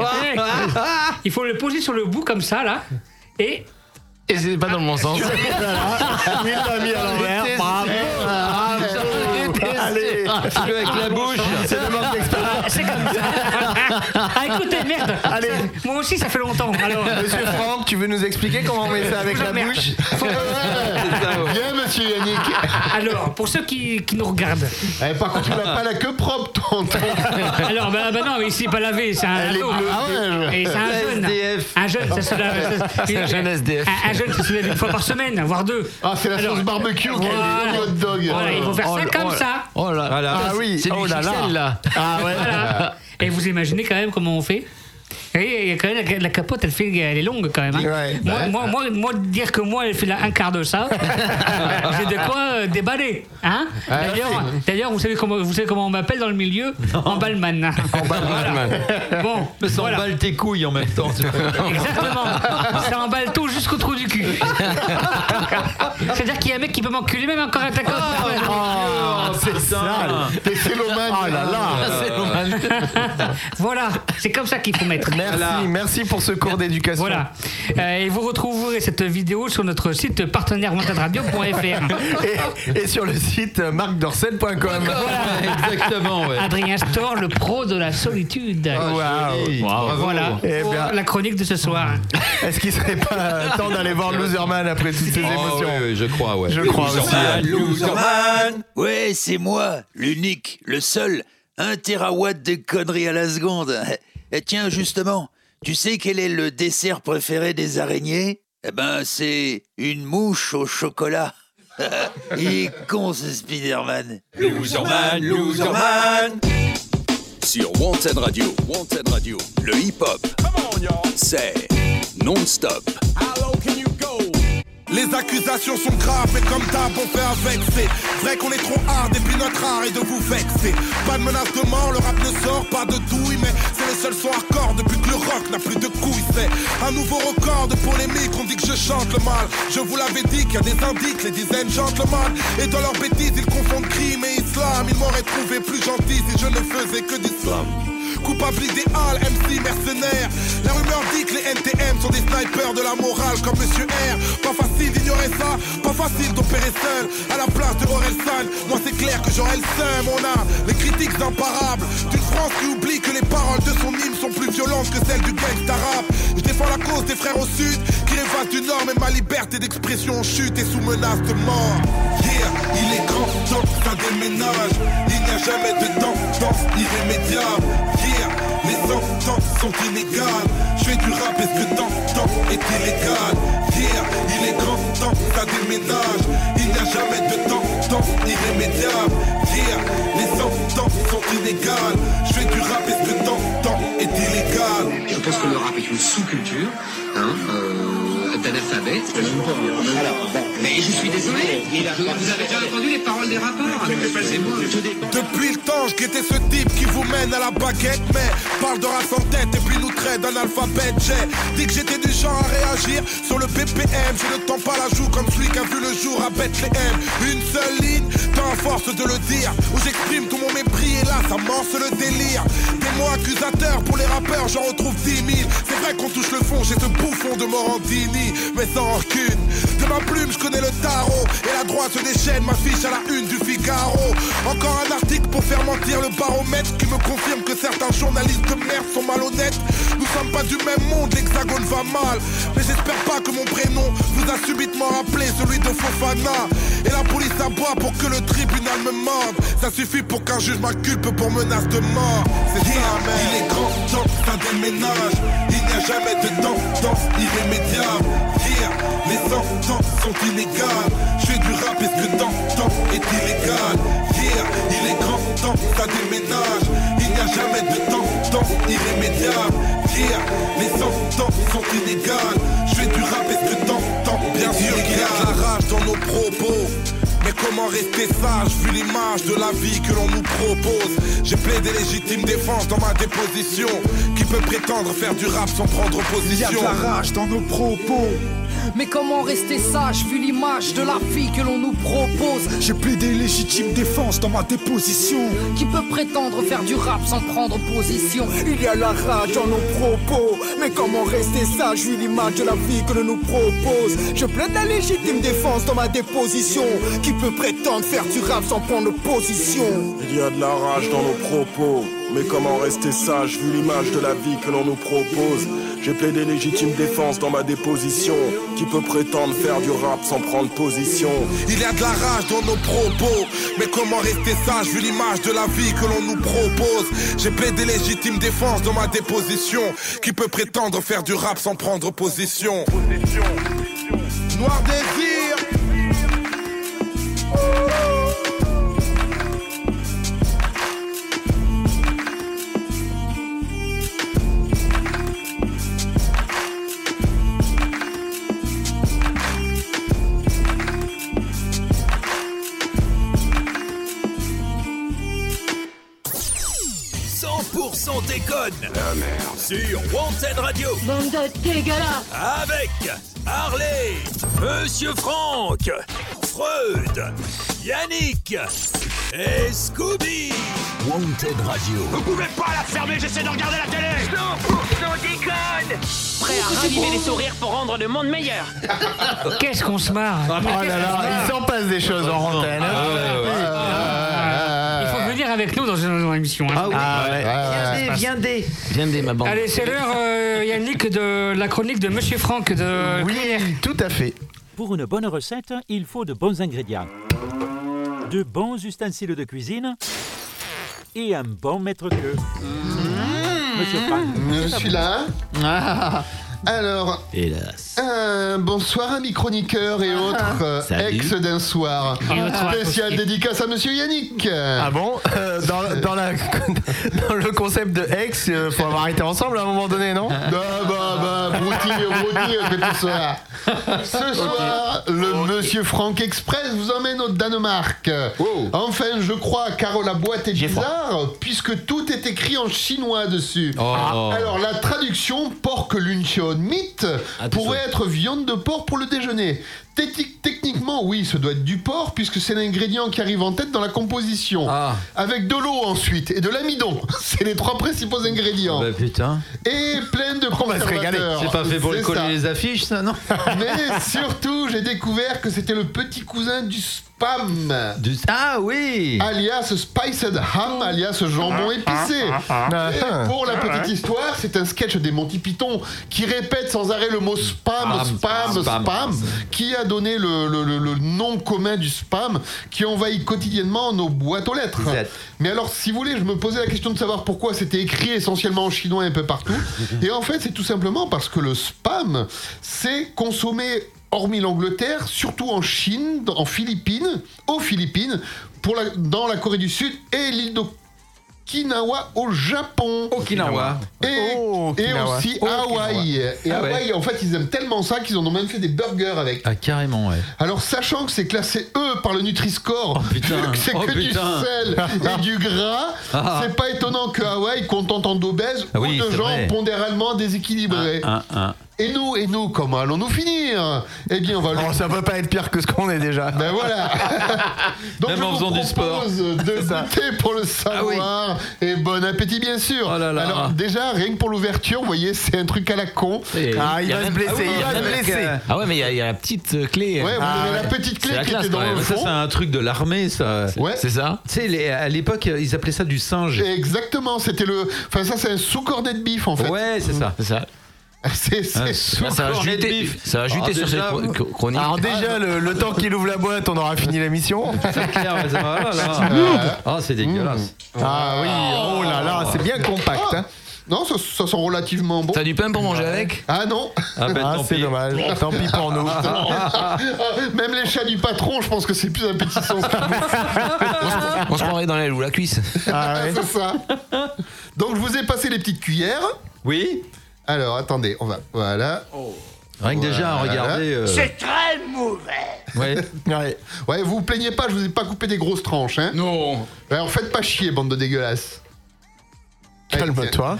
S8: Il faut le poser sur le bout comme ça, là. Et. Ah,
S13: Et c'est pas dans le bon sens.
S8: Il l'a mis à l'envers.
S13: Allez,
S8: Ah,
S10: Fais-le avec la bouche.
S8: C'est comme Ah, ça. Avec écoutez, merde.
S9: Allez.
S8: Moi aussi, ça fait longtemps. Alors,
S9: Monsieur Franck, tu veux nous expliquer comment on met ça avec la
S8: Merde.
S9: bouche
S11: Bien, monsieur Yannick. Eh,
S8: Alors, pour ceux qui, qui nous regardent.
S11: par contre, il n'a pas la queue propre, ton.
S8: Alors, bah, bah non, mais il s'est pas lavé, c'est un
S11: Elle est
S8: ado.
S11: bleue. Ah ouais, je-
S8: Et c'est un
S11: Le
S8: jeune.
S11: SDF.
S8: Un jeune, ça se lave. ça-
S11: C'est un jeune SDF.
S8: Un, un jeune, ça se lave une fois par semaine, voire deux.
S11: Ah, c'est la
S8: Alors,
S11: sauce barbecue qui
S8: voilà.
S11: est hot dog.
S8: Voilà, il faut faire ça comme ça.
S11: Oh là
S8: Voilà.
S11: Ah oui,
S8: C'est du
S11: oh là là.
S8: ficelle, là.
S11: Ah ouais.
S8: Voilà. Et vous imaginez quand même comment on fait Vous voyez, il y a quand même la, la capote, elle, fait, elle est longue quand même. hein. moi, moi, moi, moi, dire que moi, elle fait la- un quart de ça, j'ai de quoi euh, déballer. Hein
S11: Ah,
S8: D'ailleurs,
S11: oui.
S8: d'ailleurs, vous, savez comment- vous savez comment on m'appelle dans le milieu En ballman. Bon,
S10: Mais ça emballe tes couilles en même temps.
S8: Exactement. Ça emballe tout jusqu'au trou du cul. C'est-à-dire qu'il y a un mec qui peut m'enculer même encore un taco.
S11: Oh, c'est ça. T'es célomane. Oh là
S8: voilà, c'est comme ça qu'il faut mettre.
S9: Merci, merci pour ce cours d'éducation.
S8: Voilà. Euh, et vous retrouverez cette vidéo sur notre site partenaire montadradio.fr.
S9: et, et sur le site euh, marcdorcel.com.
S10: Exactement, ouais.
S8: Adrien Store, le pro de la solitude.
S9: Waouh.
S8: Voilà
S9: Eh
S8: pour
S9: bien,
S8: la chronique de ce soir.
S9: est-ce qu'il serait pas temps d'aller voir Loserman après toutes ces
S10: Oh,
S9: émotions
S10: oui, oui, je crois, ouais.
S9: Je crois aussi.
S10: Loserman,
S4: Loserman Ouais, c'est moi, l'unique, le seul, un terawatt de conneries à la seconde. Et tiens, justement, tu sais quel est le dessert préféré des araignées Eh ben, c'est une mouche au chocolat. Il est con, ce Spider-Man.
S3: Loserman, Loserman.
S18: Sur Wanted Radio, Wanted Radio, le hip-hop, c'est non-stop.
S2: Les accusations sont graves et comme d'hab on fait avec C'est vrai qu'on est trop hard et puis notre art est de vous vexer Pas de menace de mort, le rap ne sort pas de douille Mais c'est les seuls sons hardcore depuis que le rock n'a plus de couilles C'est un nouveau record de polémique, on dit que je chante le mal Je vous l'avais dit qu'il y a des indices, les dizaines chantent le mal Et dans leurs bêtises ils confondent crime et islam Ils m'auraient trouvé plus gentil si je ne faisais que du slam Coupable idéal, MC mercenaire. La rumeur dit que les NTM sont des snipers de la morale comme Monsieur R. Pas facile d'ignorer ça, pas facile d'opérer seul. À la place de Orelsan, moi c'est clair que j'aurais le seum. On a les critiques imparables d'une France qui oublie que les paroles de son hymne sont plus violentes que celles du gangsta rap. Je défends la cause des frères au sud qui rêvent du nord, mais ma liberté d'expression en chute est sous menace de mort. Yeah, il est grand temps que ça déménage. Il n'y a jamais de tendance irrémédiable. Yeah, les ententes sont inégales. Je fais du rap et ce que t'entends est illégal. Yeah, il est grand temps que ça déménage. Il n'y a jamais de tendance irrémédiable. Yeah, les ententes sont inégales. Je fais du rap et ce que t'entends est illégal.
S19: Je pense que le rap est une sous-culture hein, euh, d'analphabètes. Mais je suis désolé, Je- vous avez déjà entendu les paroles des rappeurs C'est moi.
S2: Depuis le temps, je guettais ce type qui vous mène à la baguette, mais parle de race en tête et puis nous traite d'un alphabet. J'ai dit que j'étais du genre à réagir sur le BPM. Je ne tends pas la joue comme celui qui a vu le jour à Bethléem. Une seule ligne, pas à force de le dire, où j'exprime tout mon mépris et là ça morce le délire. Des mots accusateurs pour les rappeurs, j'en retrouve 10 000. C'est vrai qu'on touche le fond chez ce bouffon de Morandini, mais sans rancune. De ma plume, je connais le tarot et la droite se déchaîne, m'affiche à la une du Figaro. Encore un article pour faire mentir le baromètre qui me confirme que certains journalistes de merde sont malhonnêtes. Nous sommes pas du même monde, l'hexagone va mal. Mais j'espère pas que mon prénom vous a subitement rappelé celui de Fofana. Et la police aboie pour que le tribunal me morde. Ça suffit pour qu'un juge m'inculpe pour menace de mort. C'est ça, mec. Il est grand temps que ça déménage. Il n'y a jamais de tendance irrémédiable. Hier, les ententes sont illégales. Je fais du rap et ce que t'entends est illégal. Hier, il est grand temps que ça déménage. Il n'y a jamais de tendance irrémédiable. Hier, les ententes sont illégales. Je fais du rap et ce que t'entends, bien sûr qu'il y a de la rage dans nos propos. Mais comment rester sage vu l'image de la vie que l'on nous propose J'ai plaidé légitime défense dans ma déposition Qui peut prétendre faire du rap sans prendre position
S20: de la rage
S2: dans nos propos
S20: Mais comment rester sage vu l'image de la vie que l'on nous propose
S21: J'ai plaidé légitime défense dans ma déposition.
S20: Qui peut prétendre faire du rap sans prendre position
S21: Il y a la rage dans nos propos. Mais comment rester sage vu l'image de la vie que l'on nous propose Je plaide la légitime défense dans ma déposition. Qui peut prétendre faire du rap sans prendre position
S2: Il y a de la rage dans nos propos Mais comment rester sage vu l'image de la vie que l'on nous propose J'ai plaidé légitime défense dans ma déposition. Qui peut prétendre faire du rap sans prendre position Il y a de la rage dans nos propos. Mais comment rester sage vu l'image de la vie que l'on nous propose J'ai plaidé légitime défense dans ma déposition. Qui peut prétendre faire du rap sans prendre position Noir désir
S4: déconne. La merde. Sur Wanted Radio. Avec Harley, Monsieur Franck, Freud, Yannick et Scooby. Wanted Radio. Vous pouvez pas la fermer, j'essaie de regarder la télé.
S6: Non, non, déconne Prêt à raviver les sourires pour rendre le monde meilleur
S8: Qu'est-ce qu'on se marre
S9: Oh là là, il s'en passe des choses en hein. Ah. rentaine.
S10: Ah,
S8: Il faut venir avec nous dans une, dans une émission.
S9: Ah
S8: hein.
S10: Ah,
S12: Viens des. Viens des, ma bande.
S8: Allez, c'est l'heure, euh, Yannick, de la chronique de Monsieur Franck de
S9: tout à fait.
S7: Pour une bonne recette, il faut de bons ingrédients, de bons ustensiles de cuisine et un bon maître-queue.
S4: Mmh.
S7: Monsieur Franck.
S11: Je suis là.
S8: Ah.
S11: Ah. Alors, euh, bonsoir amis chroniqueurs et autres euh,
S9: Salut.
S11: ex d'un soir.
S9: Ah. Et autres
S11: Spécial
S9: associés.
S11: dédicace à Monsieur Yannick.
S9: Ah bon Euh, dans, dans la- dans le concept de ex, euh, faut avoir été ensemble à un moment donné, non
S11: Bah bah bah, brouti, brouti, on fait tout ça. Ce soir, le Monsieur Franck Express vous emmène au Danemark.
S10: Oh.
S11: Enfin, je crois, car la boîte est bizarre, puisque tout est écrit en chinois dessus.
S10: Oh.
S13: Ah.
S11: Alors, la traduction porc luncheon meat
S10: Ah,
S11: pourrait être viande de porc pour le déjeuner. Techni- Techniquement, oui, ce doit être du porc, puisque c'est l'ingrédient qui arrive en tête dans la composition.
S10: Ah.
S11: Avec de l'eau ensuite et de l'amidon. C'est les trois principaux ingrédients.
S10: Bah putain.
S11: Et pleine de
S10: va se régaler.
S11: conservateurs.
S10: C'est pas fait pour
S11: C'est
S10: coller
S11: ça.
S10: les affiches, ça, non
S11: Mais surtout, j'ai découvert que c'était le petit cousin du spam.
S10: ah oui
S11: Alias spiced ham, alias jambon épicé. Et pour la petite histoire, c'est un sketch des Monty Python qui répète sans arrêt le mot spam,
S10: Spam,
S11: spam,
S10: spam.
S11: spam, qui a donné le, le- le- le nom commun du spam qui envahit quotidiennement nos boîtes aux lettres. Mais alors, si vous voulez, je me posais la question de savoir pourquoi c'était écrit essentiellement en chinois un peu partout. Et en fait, c'est tout simplement parce que le spam, c'est consommé hormis l'Angleterre, surtout en Chine, en Philippines, aux Philippines, pour la- dans la Corée du Sud et l'île d'Okinawa au Japon.
S10: Okinawa.
S11: Et, et
S10: Okinawa.
S11: aussi
S10: Oh, Okinawa.
S11: Hawaï. Et
S10: Ah ouais.
S11: Hawaï, en fait, ils aiment tellement ça qu'ils en ont même fait des burgers avec.
S10: Ah carrément, ouais.
S11: Alors, sachant que c'est classé E par le Nutri-Score,
S10: putain.
S11: vu que c'est
S10: Oh,
S11: que
S10: putain.
S11: du sel et du gras,
S10: Ah.
S11: c'est pas étonnant que Hawaï contente en d'obèses
S10: Ah oui,
S11: ou de
S10: c'est
S11: gens
S10: vrai.
S11: pondéralement déséquilibrés.
S10: Un, un.
S11: Et nous, et nous, comment allons-nous finir Eh bien, on va.
S9: Oh, ça peut pas être pire que ce qu'on est déjà.
S11: Ben voilà. Donc
S9: Même
S11: je
S9: en
S11: vous
S9: faisant du
S11: propose de goûter pour le savoir et bon appétit bien sûr. Alors déjà rien que pour l'ouverture, vous voyez, c'est un truc à la con.
S14: Et-
S9: Ah, il
S14: y a
S9: va se
S14: même-
S9: blesser,
S14: ah oui,
S9: il
S14: y a
S9: va se
S14: même-
S9: blesser.
S14: Ah ouais, mais il y a- il y, a la petite euh, clé.
S11: Ouais, vous
S14: Ah
S11: avez la petite clé
S14: C'est la
S11: qui
S14: classe,
S11: était dans
S14: quand même.
S11: le
S10: Ça, c'est un truc de l'armée, ça.
S11: Ouais.
S10: C'est
S14: ça
S10: Tu sais, les- à l'époque, ils appelaient ça du singe.
S11: Exactement, c'était le enfin ça c'est un sous-cornet de bif en fait.
S10: Ouais, c'est ça.
S14: C'est ça.
S11: C'est c'est
S14: ça va
S11: sous-cornet de
S14: jeter-
S11: bif.
S14: ça va jeter
S10: Ah,
S11: Alors,
S14: sur
S11: déjà,
S14: cette chro- chro- chronique.
S9: Alors
S11: Ah,
S9: déjà, le, le temps qu'il ouvre la boîte, on aura fini l'émission. Euh,
S10: C'est clair, ouais, ça va, là, là. Ah, c'est dégueulasse.
S9: Ah oui, oh là là, c'est bien compact. hein.
S11: Non, ça, ça sent relativement bon.
S14: T'as du pain pour manger avec
S11: Ah non
S10: Ah, ben, tant
S9: c'est
S10: pis.
S9: dommage. Tant pis pour nous.
S11: Même les chats du patron, je pense que c'est plus appétissant.
S14: On se prendrait dans l'aile ou la cuisse.
S9: Ah,
S11: c'est ça. Donc je vous ai passé les petites cuillères.
S10: Oui.
S11: Alors attendez, on va. Voilà.
S10: Rien que déjà à
S11: Voilà.
S10: regarder. euh,
S19: très mauvais.
S10: Ouais.
S11: ouais. vous vous plaignez pas, je vous ai pas coupé des grosses tranches, hein Non. Alors faites pas chier, bande de dégueulasses.
S9: Calme-toi.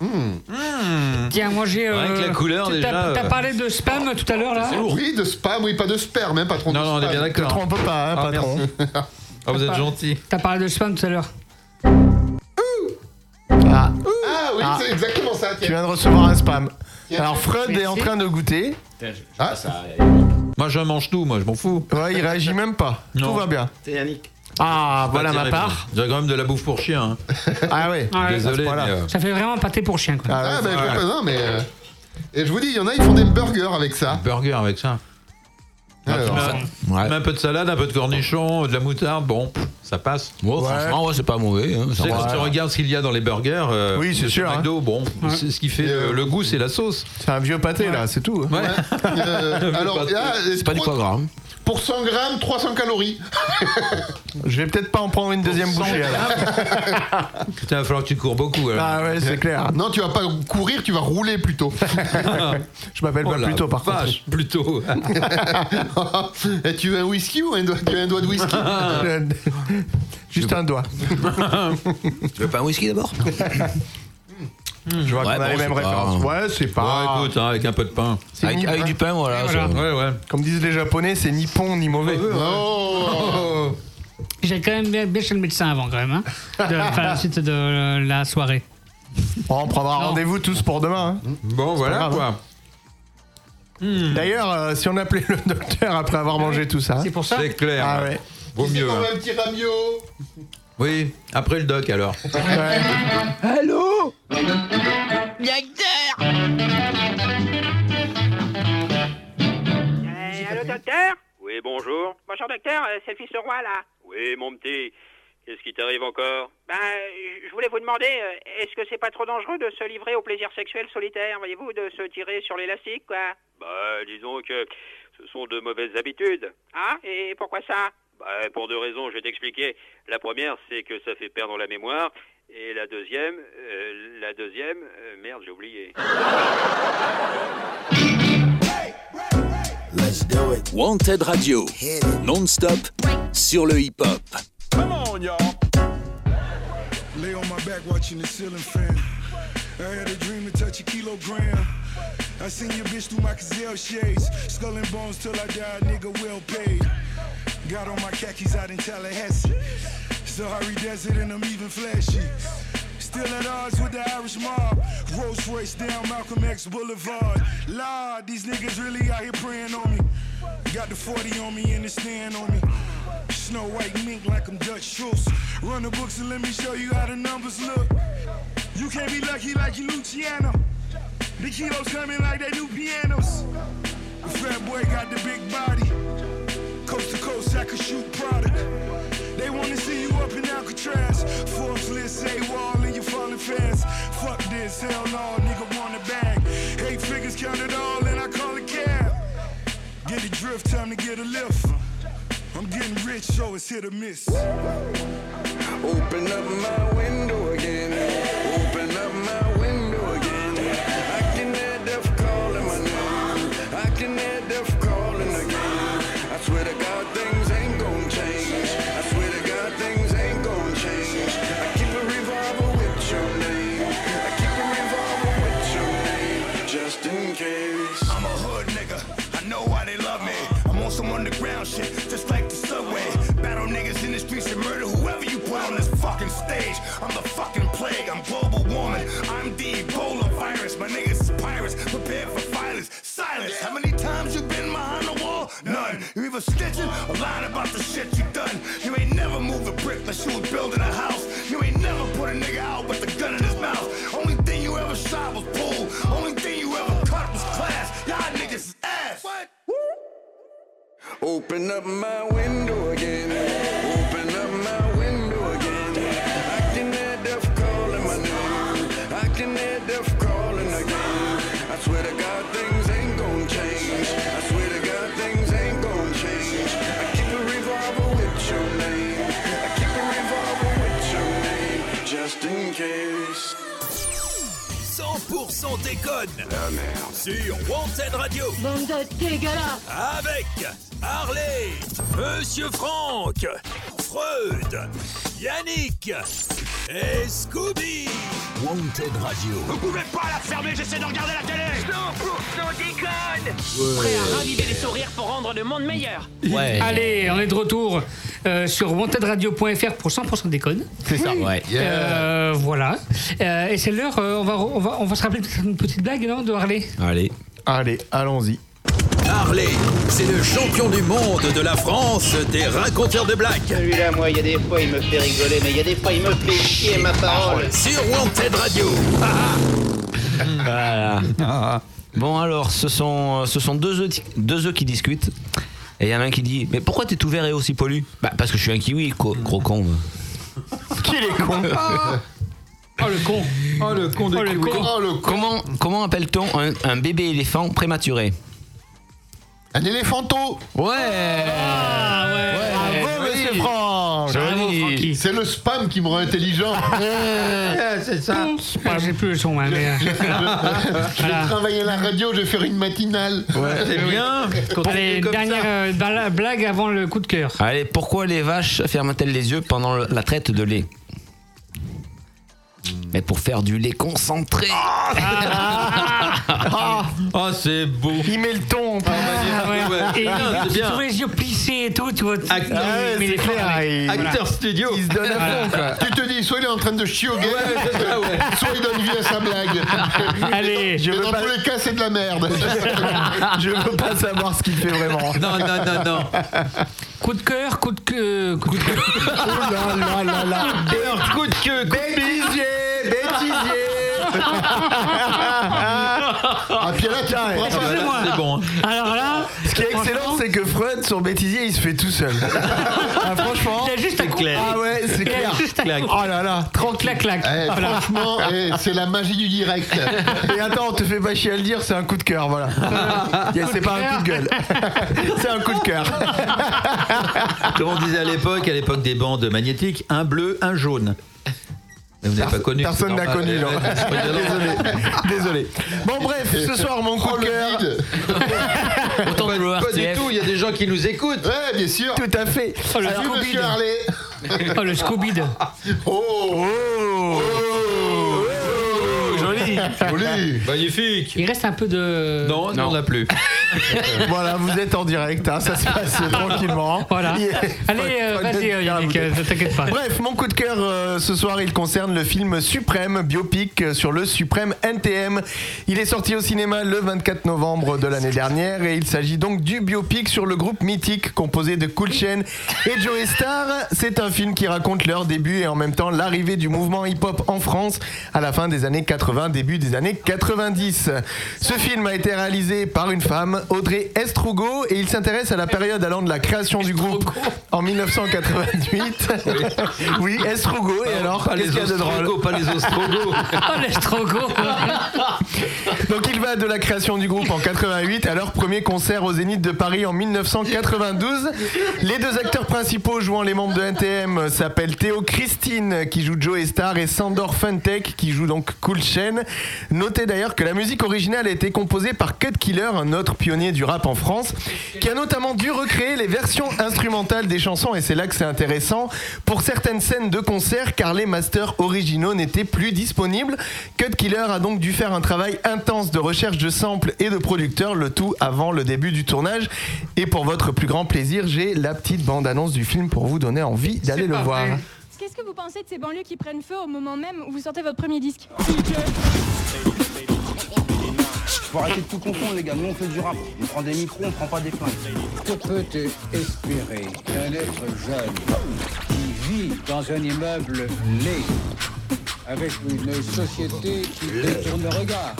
S11: Hmm.
S8: Tiens, moi j'ai.
S11: Rien que la couleur,
S8: tu-
S11: déjà,
S8: T'as
S11: euh,
S8: t'as parlé de spam tout à l'heure là
S11: Oui, de spam, oui, pas de sperme, hein, patron.
S10: Non, non, on est bien d'accord.
S11: on peut
S9: pas, hein,
S10: Ah,
S9: patron.
S10: merci. Ah, vous êtes gentil.
S8: T'as parlé de spam tout à l'heure.
S9: Ah,
S11: Ah oui, c'est exactement ça.
S9: tu
S11: tiens.
S9: viens de recevoir un spam. Alors Freud
S11: Merci.
S9: est en train de goûter.
S11: Ah,
S10: Moi, je mange tout, moi, je m'en fous.
S9: Ouais, il réagit même pas. Tout va bien.
S16: C'est Yannick.
S9: Ah,
S8: voilà ma
S10: terrible.
S8: part.
S10: J'ai quand même de la bouffe pour chien. hein.
S9: Ah ouais.
S8: Ah ouais.
S10: Désolé.
S8: Voilà.
S10: mais, euh,
S8: Ça fait vraiment pâté pour chien. Quoi.
S11: Ah, bah, je- non, mais. euh, et je vous dis, il y en a, ils font des burgers avec ça.
S10: Burger avec ça.
S11: Alors,
S10: Ah, tu mets- mets un peu de salade, un peu de cornichon, de la moutarde, bon, pff, ça passe.
S22: franchement, ouais, c'est pas mauvais. hein,
S10: Tu
S22: ça
S10: sais,
S22: va.
S10: quand tu regardes ce qu'il y a dans les burgers, euh,
S22: Oui, c'est
S10: chez
S22: sûr,
S10: McDo, bon, c'est ce qui fait euh, le goût, c'est la sauce.
S9: hein. C'est un vieux pâté là, c'est tout. hein.
S10: Ouais.
S11: Euh, alors, là,
S10: C'est pas du
S11: trois-
S10: foie gras, hein.
S11: Pour 100 grammes, 300 calories.
S9: Je vais peut-être pas en prendre une deuxième bouchée. alors.
S10: Putain, il va falloir que tu cours beaucoup. alors.
S9: Ah ouais, c'est clair.
S11: Non, tu vas pas courir, tu vas rouler plutôt.
S9: Je m'appelle
S10: Oh
S9: pas
S10: la
S9: Pluto par contre.
S10: vache, Pluto.
S11: Et tu veux un whisky ou un doigt, tu veux un doigt de whisky
S9: Juste un doigt.
S22: Tu veux pas un whisky d'abord
S9: Je vois qu'on a les mêmes références. Ouais, c'est pas.
S10: Ouais, écoute, hein, avec un peu de pain.
S9: C'est Avec- mignon, avec hein. du pain, voilà, Et ça- voilà.
S10: Ouais, ouais.
S9: Comme disent les Japonais, c'est ni bon ni mauvais.
S11: Oh
S8: J'ai quand même bien, bien chez le médecin avant, quand même. Hein, de, enfin, la suite de euh, la soirée.
S9: on prendra rendez-vous tous pour demain. hein.
S10: Bon,
S9: C'est
S10: voilà
S9: pas grave,
S10: quoi.
S9: hein. D'ailleurs, euh, si on appelait le docteur après avoir mangé tout ça.
S8: Hmm. C'est pour ça
S10: C'est clair.
S9: Ah ouais.
S10: Vaut mieux. hein.
S11: petit ramio
S10: Oui, après le doc alors.
S9: Allô
S23: Docteur
S5: Euh, allô, docteur Oui, bonjour. Bonjour, docteur, euh, c'est le fils roi, là. Oui, mon petit. Qu'est-ce qui t'arrive encore Ben, euh, je voulais vous demander, euh, est-ce que c'est pas trop dangereux de se livrer au plaisir sexuel solitaire, voyez-vous, de se tirer sur l'élastique, quoi
S14: Bah, disons que ce sont de mauvaises habitudes.
S5: Hein Et pourquoi ça
S14: Bah, pour deux raisons, je vais t'expliquer. La première, c'est que ça fait perdre la mémoire. Et la deuxième, euh, la deuxième, euh, merde, j'ai oublié.
S4: Ah
S7: Wanted Radio, non-stop, sur le hip-hop.
S24: Come on, y'all. Lay on my back watching the ceiling fan. I had a dream to touch a kilogram. I seen your bitch through my gazelle shades. Skull and bones till I die, nigga well paid. Got on my khakis out in Tallahassee. Sahari Desert and I'm even flashy. Still at odds with the Irish mob. Rolls Royce down Malcolm X Boulevard. Lord, these niggas really out here praying on me. Got the 40 on me and the stand on me. Snow White mink like I'm Dutch Schultz. Run the books and let me show you how the numbers look. You can't be lucky like you Luciano. The kilos coming like they do pianos. The fat boy got the big body. Coast to coast, I can shoot product. They wanna see you up in Alcatraz. Fourth list, a wall, and you falling fast. Fuck this, hell no, nigga want it back. Eight figures counted all, and I call it cab. Get a drift, time to get a lift. I'm getting rich, so it's hit or miss. Open up my window again. Open up my window again. I can hear death calling my name. I can hear death calling again. I swear to God, things ain't gonna change. I swear to God, things ain't gonna change. I keep a revolver with your name. I keep a revolver with your name, just in case. I'm a hood nigga. I know why they love me. I'm on some underground shit, just like the subway. Battle niggas in the streets and murder whoever you put on this fucking stage. I'm the fucking plague. I'm global warming. I'm the Ebola virus. My niggas is pirates, prepared for violence. Silence. How many times you been behind the wall? None. You either snitching or lying about the shit you done. You ain't never moved a brick like you was building a house. You ain't never put a nigga out with a gun in his mouth. Only thing you ever shot was bull. Only thing you ever cut was class. Y'all niggas is ass. What? Open up my window again. Open up my window again. I can hear death calling my name. I can hear death calling again. I swear to God, things ain't gonna change. I swear to God, things ain't gonna change. I keep a revolver with your name. I keep a revolver with your name, just in case.
S4: 100% déconne. La merde. Sur Wanted Radio. Avec Harley, Monsieur Franck, Freud, Yannick et Scooby. Wanted Radio. Vous pouvez pas la fermer, j'essaie de regarder la télé.
S25: 100% déconne
S8: Ouais.
S25: Prêt à raviver les sourires pour rendre le monde meilleur
S22: Ouais.
S8: Allez, on est de retour euh, sur wantedradio.fr pour 100% déconne.
S22: C'est ça, ouais.
S8: Euh, voilà. Euh, et c'est l'heure, euh, on, va, on, va, on va se rappeler peut-être une petite blague, non, de Harley
S22: Allez.
S9: Allez, allons-y.
S18: Harley, c'est le champion du monde de la France des raconteurs de blagues.
S16: Celui-là, moi, il y a des fois, il me fait rigoler, mais il y a des fois, il me fait chier ma parole.
S18: Sur Wanted Radio.
S14: Voilà. Bon alors, ce sont, euh, ce sont deux, œufs, deux œufs qui discutent. Et il y en a un qui dit Mais pourquoi t'es tout vert et aussi pollu Bah parce que je suis un kiwi, co- gros con.
S9: Qu'il est con
S11: Ah.
S8: Oh le con
S9: Oh le con de kiwi. Oh, le con.
S14: Comment, comment appelle-t-on un, un bébé éléphant prématuré
S11: Un éléphanto
S14: Ouais Ah,
S11: Ouais, Bravo, monsieur Franck C'est le spam qui me rend intelligent.
S8: C'est ça. J'ai plus le son, hein, mais. euh,
S11: J'ai travaillé à la radio, j'ai fait une matinale.
S14: Eh
S8: Allez, dernière euh, bala- blague avant le coup de cœur.
S14: Allez, pourquoi les vaches ferment-elles les yeux pendant le- la traite de lait
S8: Hmm.
S14: Mais pour faire du lait concentré
S10: Ah, Ah, c'est beau.
S9: Il met le ton.
S14: Ah,
S10: ouais.
S8: Et
S10: Non, c'est bien.
S8: sur les yeux plissés et tout, tu vois. tu-
S10: Acteur-
S8: Ah ouais, mais les femmes, ouais. Voilà.
S10: studio.
S11: Il se donne
S8: à fond, quoi.
S11: Tu te dis, soit il est en train de chier au gars, soit il donne vie à sa blague.
S8: Allez,
S11: je dans tous les cas, c'est de la merde.
S9: Je veux pas savoir ce qu'il fait vraiment.
S10: Non, non, non, non.
S8: Coup de cœur, coup de queue. Coup de cœur.
S9: Oh là là là là.
S10: coup de queue, coup de
S9: Bêtisier, bêtisier.
S11: Ah, puis là, tu comprends pas.
S8: Excusez-moi.
S10: Ah, bah, C'est bon. hein.
S8: Alors là,
S9: Ce qui est excellent, c'est que Freud, son bêtisier, il se fait tout seul. Ah, franchement.
S8: Il y a juste un coup.
S9: Ah ouais, c'est
S8: Il y a
S9: clair.
S8: juste un Clac. coup.
S9: Oh là là, tranquille.
S8: Clac, clac.
S11: Eh,
S8: Voilà.
S11: Franchement, eh, c'est la magie du direct.
S9: Et attends, on te fait pas chier à le dire, c'est un coup de cœur, voilà. C'est pas un coup de gueule. C'est un coup de cœur.
S10: Comme on disait à l'époque, à l'époque des bandes magnétiques, un bleu, un jaune. Mais vous n'avez pas connu.
S9: Personne n'a connu, non. Désolé. Désolé. Bon, bref, ce soir, mon coup de cœur.
S14: Autant de
S10: Pas du tout, il y a des gens qui nous écoutent.
S11: Ouais, bien sûr.
S9: Tout à fait.
S8: Oh le
S11: Alors,
S8: Scooby.
S11: monsieur Harley.
S8: Oh le Scooby.
S11: Oh,
S9: Oh,
S10: Joli.
S11: joli.
S10: Magnifique.
S8: Il reste un peu de.
S10: Non, non, on n'a plus.
S9: Voilà, vous êtes en direct, hein, ça se passe tranquillement.
S8: Voilà.
S9: Yeah.
S8: Allez, euh, vas-y, euh, Yannick, euh, ne t'inquiète pas.
S9: Bref, mon coup de cœur euh, ce soir, il concerne le film Suprême, biopic euh, sur le Suprême NTM. Il est sorti au cinéma le 24 novembre de l'année dernière et il s'agit donc du biopic sur le groupe mythique composé de Cool Chain et Joey Starr. C'est un film qui raconte leur début et en même temps l'arrivée du mouvement hip-hop en France à la fin des années 80, début des années 90. Ce film a été réalisé par une femme, Audrey Estrugo, et il s'intéresse à la période allant de la création du groupe en 1988. Oui, Estrugo, et alors
S10: Pas
S9: Qu'est-ce
S10: les
S9: qu'il y a de drôle
S10: ostrogos, pas les ostrogos.
S8: Oh l'estrogo.
S9: Donc il va de la création du groupe en 88 à leur premier concert au Zénith de Paris en 1992. Les deux acteurs principaux jouant les membres de NTM s'appellent Théo Christine qui joue Joe Star et Sandor Funtech qui joue donc Cool Chain. Notez d'ailleurs que la musique originale a été composée par Cut Killer, un autre pionnier du rap en France, qui a notamment dû recréer les versions instrumentales des chansons et c'est là que c'est intéressant pour certaines scènes de concert car les masters originaux n'étaient plus disponibles. Cut Killer a donc dû faire un travail intense de recherche de samples et de producteurs, le tout avant le début du tournage. Et pour votre plus grand plaisir, j'ai la petite bande-annonce du film pour vous donner envie d'aller le voir.
S1: Qu'est-ce que vous pensez de ces banlieues qui prennent feu au moment même où vous sortez votre premier disque
S16: Faut arrêter de tout confondre, les gars. Nous, on fait du rap. On prend des micros, on prend pas des flingues.
S15: Que peut-tu espérer d'un être jeune qui vit dans un immeuble laid, avec une société qui détourne le regard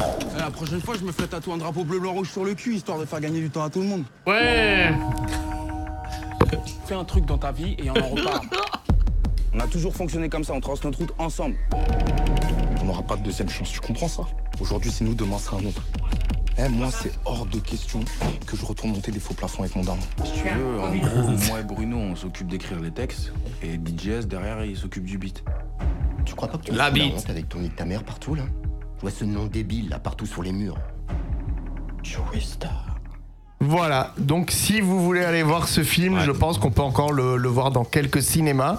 S16: Eh, la prochaine fois, je me ferai tatouer un drapeau bleu, blanc, rouge sur le cul, histoire de faire gagner du temps à tout le monde.
S8: Ouais.
S16: Fais un truc dans ta vie et on en repart. on a toujours fonctionné comme ça, on trace notre route ensemble. On n'aura pas de deuxième chance, tu comprends ça Aujourd'hui, c'est nous, demain, c'est un autre. Eh, moi, c'est hors de question que je retourne monter des faux plafonds avec mon daron.
S15: Si tu veux, en gros, moi et Bruno, on s'occupe d'écrire les textes, et DJS, derrière, il s'occupe du beat.
S26: Tu crois pas que tu
S15: La
S26: me fous
S15: bite.
S16: honte
S26: avec ton nid de ta mère partout là Je vois ce nom débile là partout sur les murs.
S16: Joey Star.
S9: Voilà, donc si vous voulez aller voir ce film, je pense qu'on peut encore le, le voir dans quelques cinémas.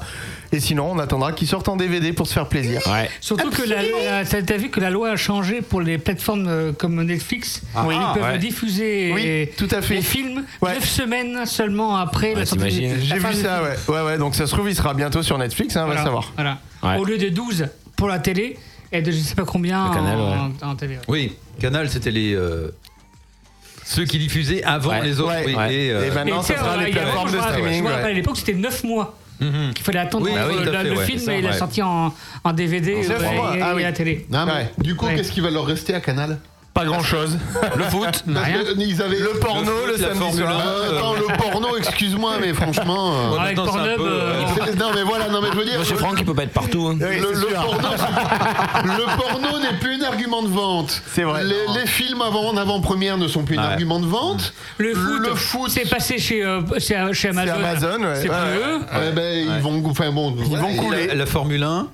S9: Et sinon, on attendra qu'il sorte en DVD pour se faire plaisir.
S8: Surtout que la, la- t'as t'as vu que la loi a changé pour les plateformes euh, comme Netflix.
S9: Ah,
S8: Ils
S9: ah,
S8: peuvent
S9: ouais.
S8: diffuser
S9: Oui,
S8: les-
S9: tout à fait.
S8: les films 9 semaines seulement après la sortie.
S9: J'ai
S8: du- la fin
S9: vu
S8: du
S9: ça, ouais.
S8: film.
S9: ouais. Ouais, donc ça se trouve, il sera bientôt sur Netflix, hein,
S8: Voilà,
S9: va savoir.
S8: Voilà.
S9: Ouais.
S8: Au lieu de 12 pour la télé et de je sais pas combien
S10: Le canal,
S8: Ah, en, en télé.
S10: Oui, Canal, c'était les. euh, Ceux qui diffusaient avant
S8: Ouais.
S10: les autres.
S8: Ouais.
S10: oui,
S8: Ouais.
S10: euh,
S8: Et maintenant, ça sera les plateformes de streaming. Je me rappelle à l'époque, c'était 9 mois. qu'il fallait attendre
S11: Oui,
S8: entre
S11: oui, tout à
S8: le,
S11: fait,
S8: le
S11: ouais.
S8: film
S11: C'est ça,
S8: et la
S11: ouais.
S8: sortie en, en DVD
S11: C'est
S8: euh,
S11: vrai.
S8: et, et
S11: Ah oui.
S8: la télé.
S11: Non, mais Du coup,
S8: Ouais.
S11: qu'est-ce qui va leur rester à Canal euh,
S9: Pas grand chose. Le foot, rien.
S11: ils avaient
S9: Le porno, le samedi soir.
S11: Euh, attends, le porno, excuse-moi, mais franchement. euh,
S9: Ouais, Avec maintenant, c'est un Pornhub, peu, euh,
S11: c'est- Non, mais voilà, non, mais je veux dire.
S14: Monsieur Franck, il peut pas être partout. hein.
S11: Le, le porno, le porno n'est plus un argument de vente. C'est vrai. Les, les films avant, en avant-première ne sont plus un argument de vente.
S8: Le foot, c'est passé chez, euh, chez, chez Amazon. C'est plus eux.
S11: Ouais, ben, Ils vont, enfin, bon, ils
S10: Et la- La, Formule 1.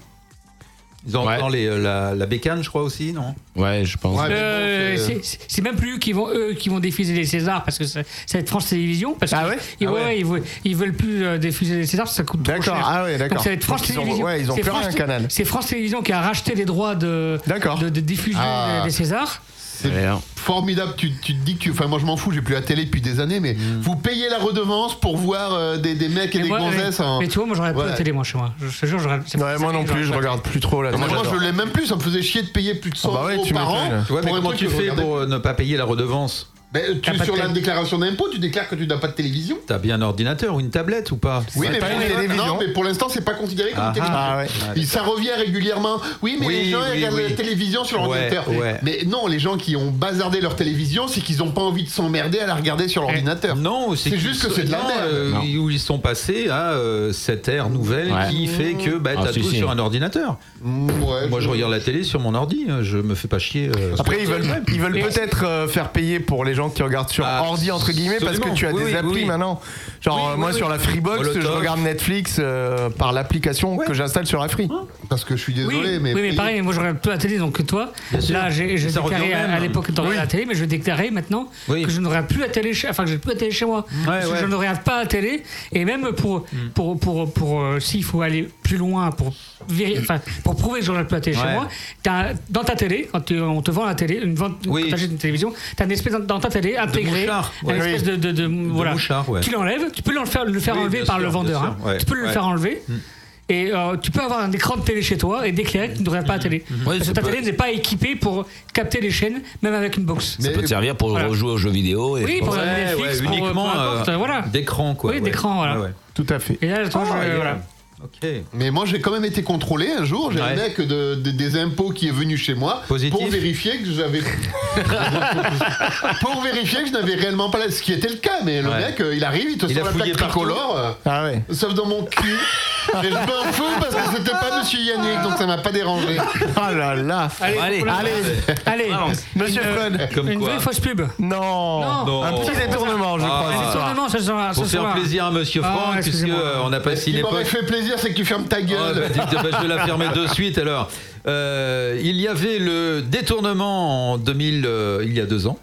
S10: Ils ont encore les, euh, la, la bécane, je crois aussi, non
S14: Ouais, je pense.
S8: Euh, c'est- c'est c'est même plus eux qui vont eux qui vont diffuser les Césars parce que ça, ça va être France Télévisions parce que ils,
S9: Ah
S8: ouais,
S9: ouais.
S8: ils, veulent, ils veulent plus euh, diffuser les Césars parce que ça coûte trop cher.
S9: D'accord, ah ouais, d'accord.
S8: Donc ça va être France
S9: Donc ils ont-
S8: Télévisions.
S9: ouais, ils ont
S8: C'est
S9: plus
S8: France
S9: rien,
S8: Té-
S9: Canal.
S8: C'est France Télévisions qui a racheté les droits de de, de diffuser
S11: Ah.
S8: les Césars.
S11: C'est formidable. Tu, tu te dis que tu. Enfin, moi, je m'en fous, j'ai plus la télé depuis des années, mais vous payez la redevance pour voir euh, des, des mecs et, des
S8: Mm. moi,
S11: gonzesses.
S8: mais-
S11: en-
S8: mais tu vois, moi, j'aurais pas
S11: Ouais.
S8: la télé, moi, chez moi. Je te jure, j'aurais. c'est pour ça
S9: moi
S8: que
S9: non plus, je
S8: j'aurais pas la
S9: regarde plus trop là.
S11: moi, je l'ai même plus, ça me faisait chier de payer plus de 100
S10: Ah bah ouais,
S11: euros
S10: tu
S11: par an.
S10: m'étonnes. Ouais, mais
S11: pour un
S10: comment
S11: truc
S10: tu
S11: que je
S10: fais
S11: regardais
S10: pour euh, ne pas payer la redevance
S11: Ben, tu, sur la déclaration d'impôt, tu déclares que tu n'as pas de télévision.
S10: T'as bien un ordinateur ou une tablette ou pas
S11: Oui, mais, pour- non, mais pour l'instant, c'est pas considéré comme
S10: Ah,
S11: une télévision.
S10: ah, ouais.
S11: Et Ça revient régulièrement. Oui, mais
S10: Oui,
S11: les gens
S10: oui,
S11: ils regardent
S10: oui.
S11: la télévision sur
S10: Ouais,
S11: l'ordinateur.
S10: ouais.
S11: Mais non, les gens qui ont bazardé leur télévision, c'est qu'ils n'ont pas envie de s'emmerder à la regarder
S8: Eh.
S11: sur l'ordinateur.
S10: Non,
S11: c'est
S10: qu'ils
S11: juste que
S10: sont-
S11: c'est de la
S10: non,
S11: merde.
S10: euh, ils- Où ils sont passés à euh, cette ère nouvelle
S11: Ouais.
S10: qui fait que bah,
S11: Ah,
S10: t'as
S11: si,
S10: tout
S11: si.
S10: sur un ordinateur. Moi, je regarde la télé sur mon ordi. hein, Je me fais pas chier. euh,
S9: Après, ils veulent, ils veulent peut-être euh, faire payer pour les gens qui regardent sur
S10: Ah,
S9: ordi, entre guillemets, parce que
S10: absolument.
S9: tu as
S10: Oui,
S9: des
S10: oui,
S9: applis
S10: oui.
S9: maintenant. Genre,
S10: Oui,
S9: euh,
S10: oui,
S9: moi
S10: oui.
S9: sur la Freebox, je
S10: Molotov.
S9: regarde Netflix euh, par l'application que j'installe sur la Free.
S11: Parce que je suis
S8: Oui, oui, mais pareil, moi je regarde peu la télé, donc que toi,
S9: Bien sûr.
S8: là j'ai j'ai
S9: Ça revient
S8: déclaré
S9: au même.
S8: à, à l'époque que tu
S9: Oui.
S8: la télé, mais je vais déclarer maintenant que je ne regarde plus la télé, chez, enfin que j'ai plus la télé chez moi, parce que
S6: ouais. Mm.
S8: je ne regarde pas la télé, et même pour pour pour, pour, euh, s'il faut aller plus loin pour vérifier, enfin pour prouver que je ne regarde plus la télé chez
S6: Ouais.
S8: moi, t'as- dans ta télé, quand tu- on te vend la télé, une vente,
S6: Oui.
S8: quand t'achètes une télévision, t'as une espèce dans, dans ta télé intégrée,
S6: mouchard, ouais.
S8: une espèce
S6: Oui.
S8: de, de, de- voilà,
S6: mouchard, ouais.
S8: tu l'enlèves, tu peux le faire, le faire
S6: Oui,
S8: enlever
S6: bien
S8: par
S6: sûr,
S8: le
S6: bien
S8: vendeur,
S6: sûr,
S8: hein.
S6: ouais,
S8: tu peux le
S6: ouais. Mm.
S8: faire enlever. Et euh, tu peux avoir un écran de télé chez toi et déclarer que tu ne regardes pas la télé.
S14: Ouais,
S8: Parce
S14: ça
S8: que ta
S14: peut-
S8: télé n'est pas équipée pour capter les chaînes, même avec une box.
S14: Ça peut te servir pour rejouer aux jeux vidéo. Et
S8: Oui, pour regarder
S10: Ouais,
S8: Netflix,
S10: ouais,
S8: pour, euh,
S10: uniquement
S8: peu importe,
S10: euh,
S8: voilà.
S10: d'écran, quoi.
S8: Oui,
S10: ouais.
S8: d'écran, voilà.
S10: Ouais, Ah, ouais.
S9: Tout à fait.
S8: Et là, toi, je- euh,
S11: ouais,
S8: voilà.
S11: Mais moi, j'ai quand même été contrôlé un jour. J'ai un
S10: Ouais.
S11: mec de- de- des impôts qui est venu chez moi
S10: Positif.
S11: pour vérifier que j'avais. pour vérifier que je n'avais réellement pas. la- Ce qui était le cas, mais le
S10: Ouais.
S11: mec, euh, il arrive, il te
S10: Il
S11: sort
S10: a
S11: la plaque
S10: fouillé partout.
S11: tricolore. euh,
S9: Ah ouais.
S11: Sauf dans mon cul. Et je m'en fous parce que c'était pas Monsieur Yannick, donc ça m'a pas dérangé.
S9: Ah là là.
S8: Allez,
S9: allez,
S8: on lance. Allez.
S9: Monsieur
S8: Une,
S9: Fred.
S10: Comme
S8: une
S10: quoi.
S8: vraie fausse pub.
S9: Non.
S10: Non.
S9: Un petit détournement, je
S10: Ah.
S9: crois.
S10: Un
S9: ce soir.
S8: détournement, ce soir.
S10: Pour
S8: ce
S10: faire
S8: soir.
S10: plaisir à Monsieur
S8: Ah,
S10: Franck, puisque
S8: excusez-moi.
S10: euh, on a passé
S11: Ce qui m'aurait
S10: l'époque.
S11: fait plaisir, c'est que tu fermes ta
S10: Ah, bah,
S11: gueule.
S10: dites- bah, je vais la fermer de suite alors. Euh, il y avait le détournement en 2000, euh, il y a deux ans.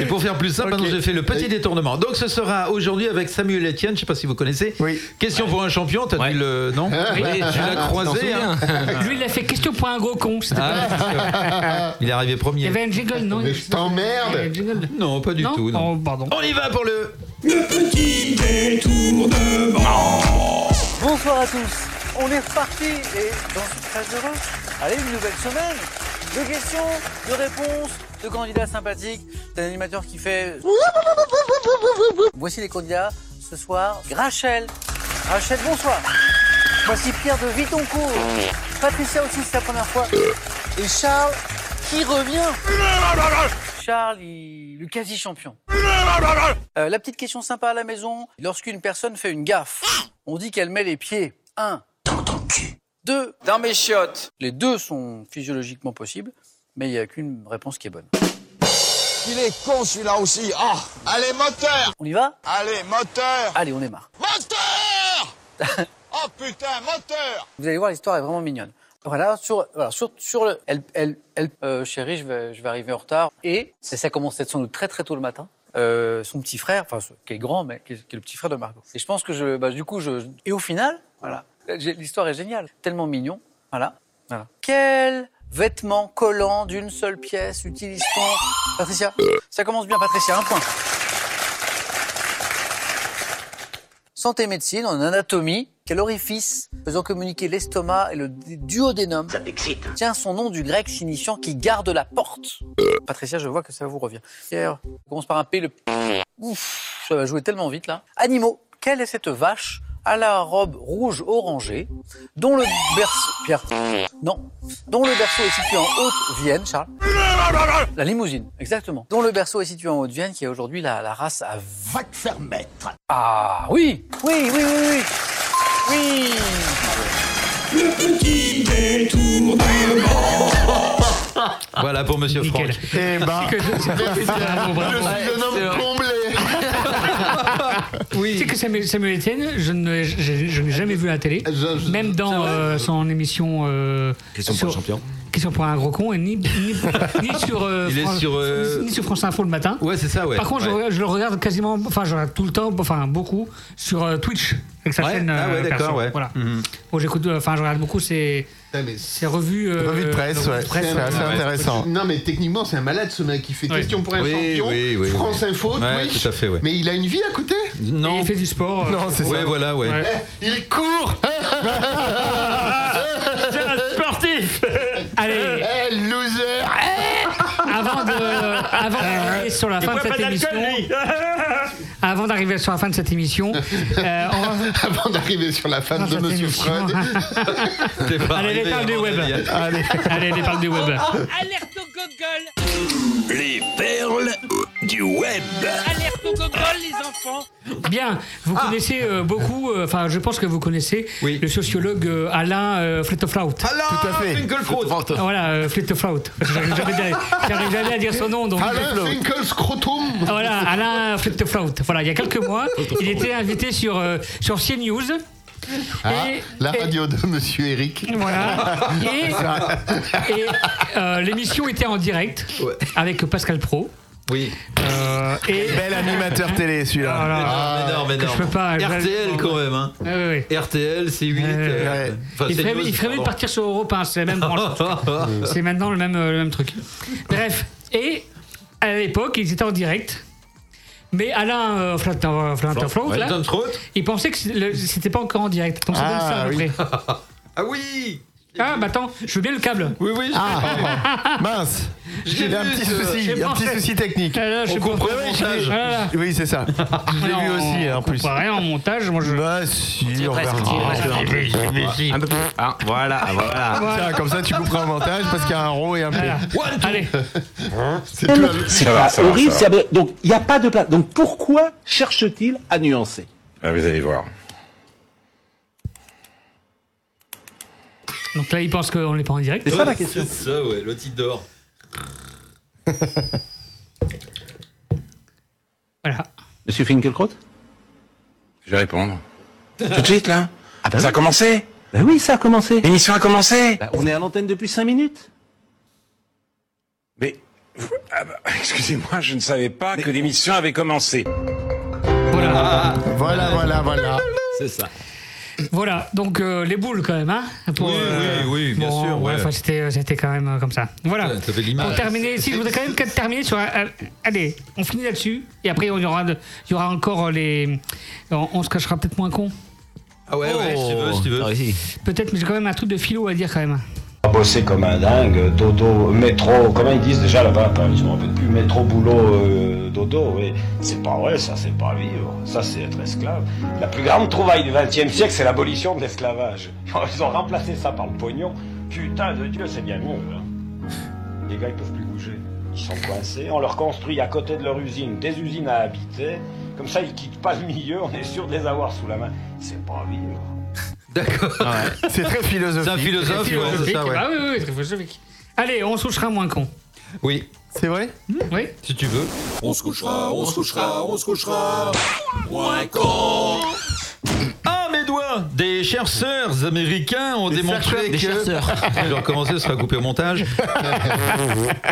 S10: Et pour faire plus simple, maintenant, j'ai fait le petit détournement. Donc ce sera aujourd'hui avec Samuel Etienne, je ne sais pas si vous connaissez. Question pour un champion, t'as dû le nom
S11: Ah,
S8: Oui.
S10: Tu l'as croisé. hein.
S8: Lui, il a fait question pour un gros con. c'était
S10: Ah,
S8: pas-
S10: il est arrivé premier.
S8: Il y avait un jingle, non Je
S11: t'emmerde
S10: Non, pas du tout. non.
S8: Oh, pardon.
S10: On y va pour le.
S4: Le petit détournement.
S3: Bonsoir à tous. On est reparti et dans ce très heureux. Allez, une nouvelle semaine de questions, de réponses, de candidats sympathiques, d'un animateur qui fait. Voici les candidats ce soir. Rachel. Rachel, bonsoir. Voici Pierre de Vitoncourt. Patricia aussi, c'est la première fois. Et Charles qui revient. Charles, il est quasi champion. Euh, la petite question sympa à la maison. Lorsqu'une personne fait une gaffe, on dit qu'elle met les pieds. Un. Dans ton cul. Deux. Dans mes chiottes. Les deux sont physiologiquement possibles, mais il n'y a qu'une réponse qui est bonne.
S20: Il est con celui-là aussi. Ah, allez moteur.
S3: On y va
S20: Allez moteur.
S3: Allez, on démarre.
S20: Moteur. oh putain moteur.
S3: Vous allez voir, l'histoire est vraiment mignonne. Voilà, sur, voilà, sur, sur le. Elle, elle, elle- euh, chérie, je vais, je vais arriver en retard. Et c'est ça commence à être sans doute très très tôt le matin. Euh, son petit frère, enfin, ce- qui est grand, mais qui est, qui est le petit frère de Margot. Et je pense que je. Bah, du coup, je. je- Et au final, voilà. j'ai- L'histoire est géniale. Tellement mignon. Voilà. voilà. Quel vêtement collant d'une seule pièce utilise-t-on Patricia Ça commence bien, Patricia, un point. santé médecine, en anatomie, quel orifice faisant communiquer l'estomac et le d- duodénum tient son nom du grec signifiant qui garde la porte. Patricia, je vois que ça vous revient. Pierre, on commence par un P, le Ouf, ça va jouer tellement vite là. Animaux, quelle est cette vache à la robe rouge orangée dont le berceau Pierre non dont le berceau est situé en Haute-Vienne Charles la limousine exactement dont le berceau est situé en Haute-Vienne qui est aujourd'hui la, la race à va te faire mettre ah oui oui oui oui oui oui
S4: Le petit détournement.
S10: Voilà pour Monsieur Franck.
S11: Eh ben,
S8: C'est que je- c'est
S11: merci,
S8: pas-
S9: euh,
S8: bravo, bravo.
S11: je suis un
S8: Ah, Ouais, c'est
S11: homme
S8: vrai.
S11: comblé.
S8: Tu sais que Samuel, Samuel Etienne, je ne je- je n'ai jamais vu à la télé, même dans euh, son émission. euh,
S10: Question pour
S8: sur-
S10: un champion.
S8: Question pour un gros con, et ni, ni, ni sur, euh,
S10: Il est
S8: Fran-
S10: sur, euh,
S8: ni sur France Info le matin.
S10: Ouais, c'est ça, ouais.
S8: Par contre, je
S10: Ouais.
S8: regarde- je, le regarde quasiment, enfin, je regarde tout le temps, enfin, beaucoup, sur euh, Twitch, avec sa
S10: Ouais,
S8: chaîne.
S10: ah ouais,
S8: euh,
S10: d'accord,
S8: perso.
S10: ouais.
S8: Voilà. Bon, j'écoute, euh, enfin, je regarde beaucoup ses, ses revues. euh,
S9: Eh, Revues de presse,
S8: revues de
S9: ouais.
S8: presse, euh,
S9: C'est assez
S8: ouais.
S9: intéressant.
S11: Non, mais techniquement, c'est un malade ce mec. Il fait
S8: Oui.
S11: question pour un
S10: Oui,
S11: champion.
S10: oui, oui,
S11: France
S10: oui.
S11: Info,
S10: Ouais,
S11: Twitch.
S10: tout à fait, ouais.
S11: Mais il a une vie à côté Eh,
S10: Non.
S8: Il fait du sport. euh,
S10: Non, c'est Ouais, ça. voilà, ouais.
S11: Il court
S8: C'est un sportif Allez Eh,
S11: Eh, loser
S8: Avant de- euh, avant d'arriver sur la
S11: Il
S8: fin de
S11: boit
S8: cette
S11: pas d'alcool,
S8: émission. Avant d'arriver sur la fin de cette émission. euh, on va-
S11: Avant d'arriver sur la femme de
S8: Dans cette
S11: Monsieur
S8: émission. hein.
S11: Freud.
S8: Allez, les parles du web. Allez. les parles du web.
S15: Ah,
S4: Alerte au Google. Les perles du web. Alerte au Google, les enfants.
S8: Bien, vous connaissez euh, beaucoup, euh, enfin je pense que vous connaissez le sociologue euh, Alain euh, Flettoflaut.
S10: Alain Tout à fait.
S8: Ah, Voilà, euh, Flettoflaut. J'arrive jamais à- j'arrive jamais à dire son nom. Donc
S11: Alain Finkel Scrotum
S8: Ah, Voilà, Alain Flettoflaut. Voilà, il y a quelques mois, il était invité sur, euh, sur CNews.
S11: Ah,
S8: Et-
S11: la radio de Monsieur Eric.
S8: Voilà. Et,
S11: Ça.
S8: et, euh, l'émission était en direct avec Pascal Pro.
S10: Oui.
S8: Euh, et...
S9: Ah, Bel animateur télé, celui-là.
S10: Ah, énorme, énorme.
S8: Je peux pas, je-
S10: RTL quand même. Hein.
S8: Ouais,
S10: RTL, C8. euh, enfin,
S8: il
S10: c'est
S8: ferait,
S10: news,
S8: il ferait mieux de
S10: pardon.
S8: partir sur Europe 1, c'est la même branche. c'est maintenant le même, euh, le même truc. Bref, et à l'époque, ils étaient en direct. Mais Alain euh, Flatin- euh, Flatin- Flaut,
S10: Ouais,
S8: là,
S10: Tom Trout.
S8: il pensait que c'est- le- c'était pas encore en direct.
S9: Ah,
S8: Donc ça donne ça à peu près.
S10: ah oui
S8: Ah, bah attends, je veux bien le câble.
S10: Oui, oui.
S9: Ah, mince
S10: J'ai
S9: Il y a un
S10: vu
S9: petit
S10: ce-
S9: souci,
S10: j'ai
S9: il y a un
S10: pensé.
S9: petit souci technique.
S8: Ah là, je sais pas.
S9: comprend
S8: Ouais,
S9: le
S8: je- ah là là.
S9: montage. Oui, c'est ça. Je l'ai
S8: Non,
S9: vu aussi, hein, en
S8: on
S9: plus.
S8: comprend rien en montage, moi je.
S9: Bah si, on
S14: presque,
S9: verra.
S14: on est presque.
S9: Ah, mais si.
S14: Un peu plus. Ah, voilà, voilà.
S9: Tiens, comme ça, tu couperas un montage parce qu'il y a un rond et un
S8: Voilà.
S9: P.
S8: Allez.
S9: Hein C'est plus la-
S7: C'est pas horrible. c'est abri- Donc, il n'y a pas de place. Donc, pourquoi cherche-t-il à nuancer
S12: Ah, vous allez voir.
S8: Donc là, il pense qu'on n'est pas en direct.
S10: Ouais, C'est ça, ouais, le titre d'or.
S7: Monsieur Finkelkraut
S12: Je vais répondre.
S7: Tout de suite, là
S12: Ça a commencé
S7: Ben bah oui, ça a commencé.
S12: L'émission a commencé
S7: Bah, on est à l'antenne depuis 5 minutes.
S12: Mais, ah bah, excusez-moi, je ne savais pas que l'émission avait commencé.
S9: Voilà, voilà, voilà. voilà.
S10: C'est ça.
S8: Voilà, donc euh, les boules quand même, hein pour,
S10: Oui, oui, oui, bien sûr, ouais.
S8: enfin, c'était, c'était quand même euh, comme ça. Voilà.
S10: Ouais, t'avais l'image.
S8: Pour terminer, si je voudrais quand même que- terminer sur. un- un- allez, on finit là-dessus et après on y aura, de- il y aura encore euh, les. On, on se cachera peut-être moins con.
S10: Ah ouais,
S14: oh.
S10: ouais, si tu veux, si tu veux.
S8: Peut-être, mais j'ai quand même un truc de philo à dire quand même.
S7: Bosser comme un dingue, dodo, métro, comment ils disent déjà là-bas quand Ils ont un peu plus métro, boulot, euh, dodo, oui. C'est pas vrai, ça c'est pas vivre, ça c'est être esclave. La plus grande trouvaille du XXe siècle, c'est l'abolition de l'esclavage. Ils ont remplacé ça par le pognon. Putain de Dieu, c'est bien mieux. hein. Les gars, ils peuvent plus bouger. Ils sont coincés. On leur construit à côté de leur usine des usines à habiter. Comme ça, ils quittent pas le milieu. On est sûr de les avoir sous la main. C'est pas vivre.
S9: C'est très philosophique.
S10: Ah C'est un philosophe,
S9: Très philosophique,
S10: ouais, c'est ça, ouais.
S8: Ah oui, oui, oui, très philosophique. Allez, on se couchera moins con.
S10: Oui.
S9: C'est vrai
S8: Oui.
S10: Si tu veux.
S4: On se couchera, on se couchera, on se couchera. Moins con.
S10: Ah, mes doigts Voilà, des chercheurs américains ont
S8: Des
S10: démontré
S8: chercheurs- des
S10: que.
S8: chercheurs.
S10: Je vais recommencer, ce sera coupé au montage.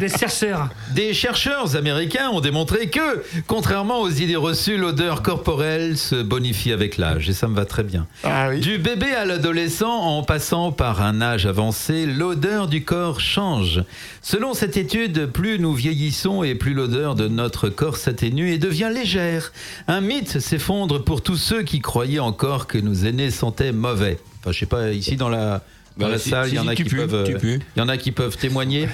S8: Des chercheurs.
S10: Des chercheurs américains ont démontré que, contrairement aux idées reçues, l'odeur corporelle se bonifie avec l'âge. Et ça me va très bien.
S4: Ah,
S11: Ah
S10: Du bébé à l'adolescent, en passant par un âge avancé, l'odeur du corps change. Selon cette étude, plus nous vieillissons et plus l'odeur de notre corps s'atténue et devient légère. Un mythe s'effondre pour tous ceux qui croyaient encore que nos aînés sentaient mauvais. Enfin, je sais pas, ici dans la, dans
S9: Bah,
S10: la
S9: si-
S10: salle, il
S9: si,
S10: y en
S9: si,
S10: a
S9: tu
S10: qui
S9: pues,
S10: peuvent,
S9: tu pues.
S10: euh, il y en a qui peuvent témoigner.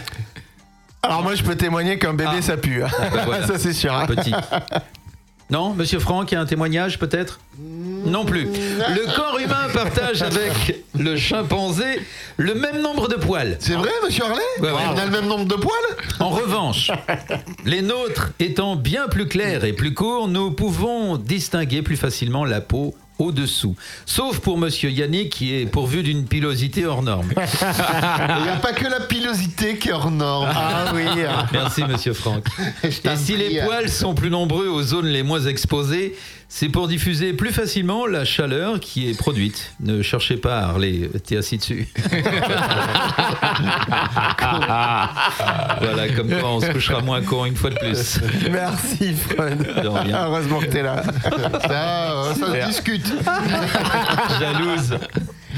S9: Alors moi je peux témoigner qu'un bébé ça pue. hein.
S10: Ah, bah voilà.
S9: ça c'est sûr. hein.
S10: Petit. Non, monsieur Franck, il y a un témoignage peut-être Non plus. Le corps humain partage avec le chimpanzé le même nombre de poils.
S11: C'est vrai, monsieur Harley On a le même nombre de poils
S10: En revanche, les nôtres étant bien plus clairs et plus courts, nous pouvons distinguer plus facilement la peau au-dessous. Sauf pour monsieur Yannick qui est pourvu d'une pilosité hors norme.
S11: Il n'y a pas Ah, que la pilosité qui est hors norme.
S9: Ah
S10: Merci, monsieur Franck. Et
S11: Ah, t'en
S10: si
S11: prie.
S10: les poils sont plus nombreux aux zones les moins exposées, c'est pour diffuser plus facilement la chaleur qui est produite. Ne cherchez pas, Harley, t'es assis dessus. voilà, comme quoi on se couchera moins con une fois de plus. Ah,
S9: Merci Fred.
S10: De rien.
S9: Heureusement que t'es là.
S11: Ça, ça se discute.
S10: Jalouse.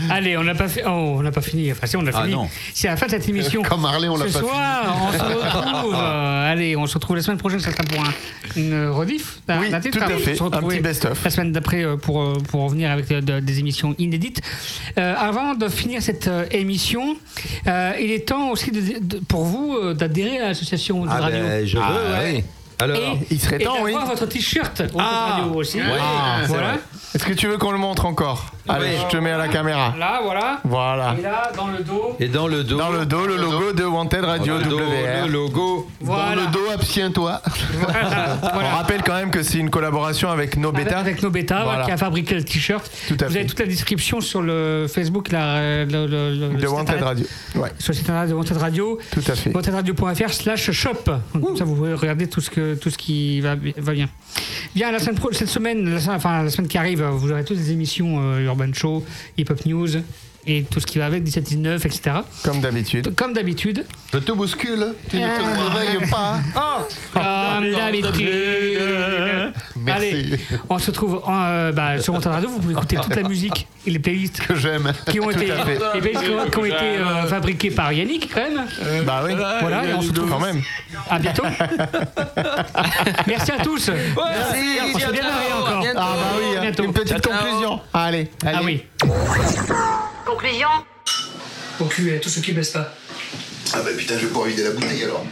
S8: Allez, on n'a pas, fi- oh, on n'a pas fini. Enfin, si, on a
S10: Ah,
S8: fini.
S10: non.
S8: C'est la fin de cette émission.
S11: Comme Harley, on l'a
S8: Ce
S11: pas
S8: soir,
S11: fini.
S8: on se retrouve. euh, allez, on se retrouve la semaine prochaine, certains pour un, une bah, rediff. d'un-
S9: Oui,
S8: d'un titre.
S9: tout à
S8: On va
S9: fait.
S8: se
S9: Un
S8: retrouver
S9: petit best-of.
S8: La semaine d'après euh, pour, euh, pour revenir avec euh, de- des émissions inédites. Euh, avant de finir cette euh, émission, euh, il est temps aussi de- de- pour vous euh, d'adhérer à l'association de
S10: Ah
S8: radio.
S10: ben, je veux, ouais. Alors, Ah,
S8: Et- et d'avoir votre t-shirt Wanted Radio aussi. Ah,
S10: ouais, Ah, c'est
S8: voilà.
S10: vrai.
S9: Est-ce que tu veux qu'on le montre encore Allez, je te mets à la caméra.
S8: euh, Là, voilà.
S9: Voilà.
S8: Et là, dans le dos.
S10: Et dans le dos.
S9: Dans le dos, le logo de Wanted Radio
S10: Dans le dos,
S9: WR.
S10: le logo.
S8: Voilà.
S11: Dans le dos, abstiens-toi.
S9: On rappelle quand même que c'est une collaboration avec No
S8: Avec,
S9: Beta.
S8: avec Nobeta
S9: Voilà.
S8: qui a fabriqué le t-shirt. Vous avez toute la description sur le Facebook, la, euh, le, le- le- le
S9: de
S8: site
S9: Wanted
S8: internet.
S9: Radio. Ouais.
S8: Sur le site internet de Wanted Radio.
S9: Tout à fait.
S8: wantedradio.fr slash shop. Donc, Comme ça, vous pouvez regarder tout ce, que, tout ce qui va, bi- va bien. Bien, la semaine pro- cette semaine, la, se- enfin, la semaine qui arrive, vous aurez toutes les émissions euh, Urban Show, Hip Hop News et tout ce qui va avec, 17-19, etc.
S9: Comme d'habitude.
S8: Comme d'habitude. Euh.
S11: Je te bouscule, tu ne te réveilles pas.
S10: Ah.
S4: Ah,
S8: Comme d'habitude.
S11: Merci.
S8: Allez, on se trouve en, euh, bah, sur Montagne Radio. Vous pouvez écouter toute la musique et les playlists
S11: que j'aime.
S8: Qui ont
S11: Tout
S8: été,
S11: à fait.
S8: les playlists qui ont- qui ont été, euh, fabriquées par Yannick, quand même.
S11: Euh,
S9: bah oui,
S8: Voilà, et on se retrouve
S9: quand même.
S8: À bientôt. Merci à tous. on s'est bien marré encore.
S9: Ah bah oui, hein. une petite conclusion. Allez, allez.
S8: Ah oui.
S13: Conclusion
S8: Au cul à tous ceux qui baissent pas.
S13: Ah bah putain, je vais pouvoir vider la bouteille alors.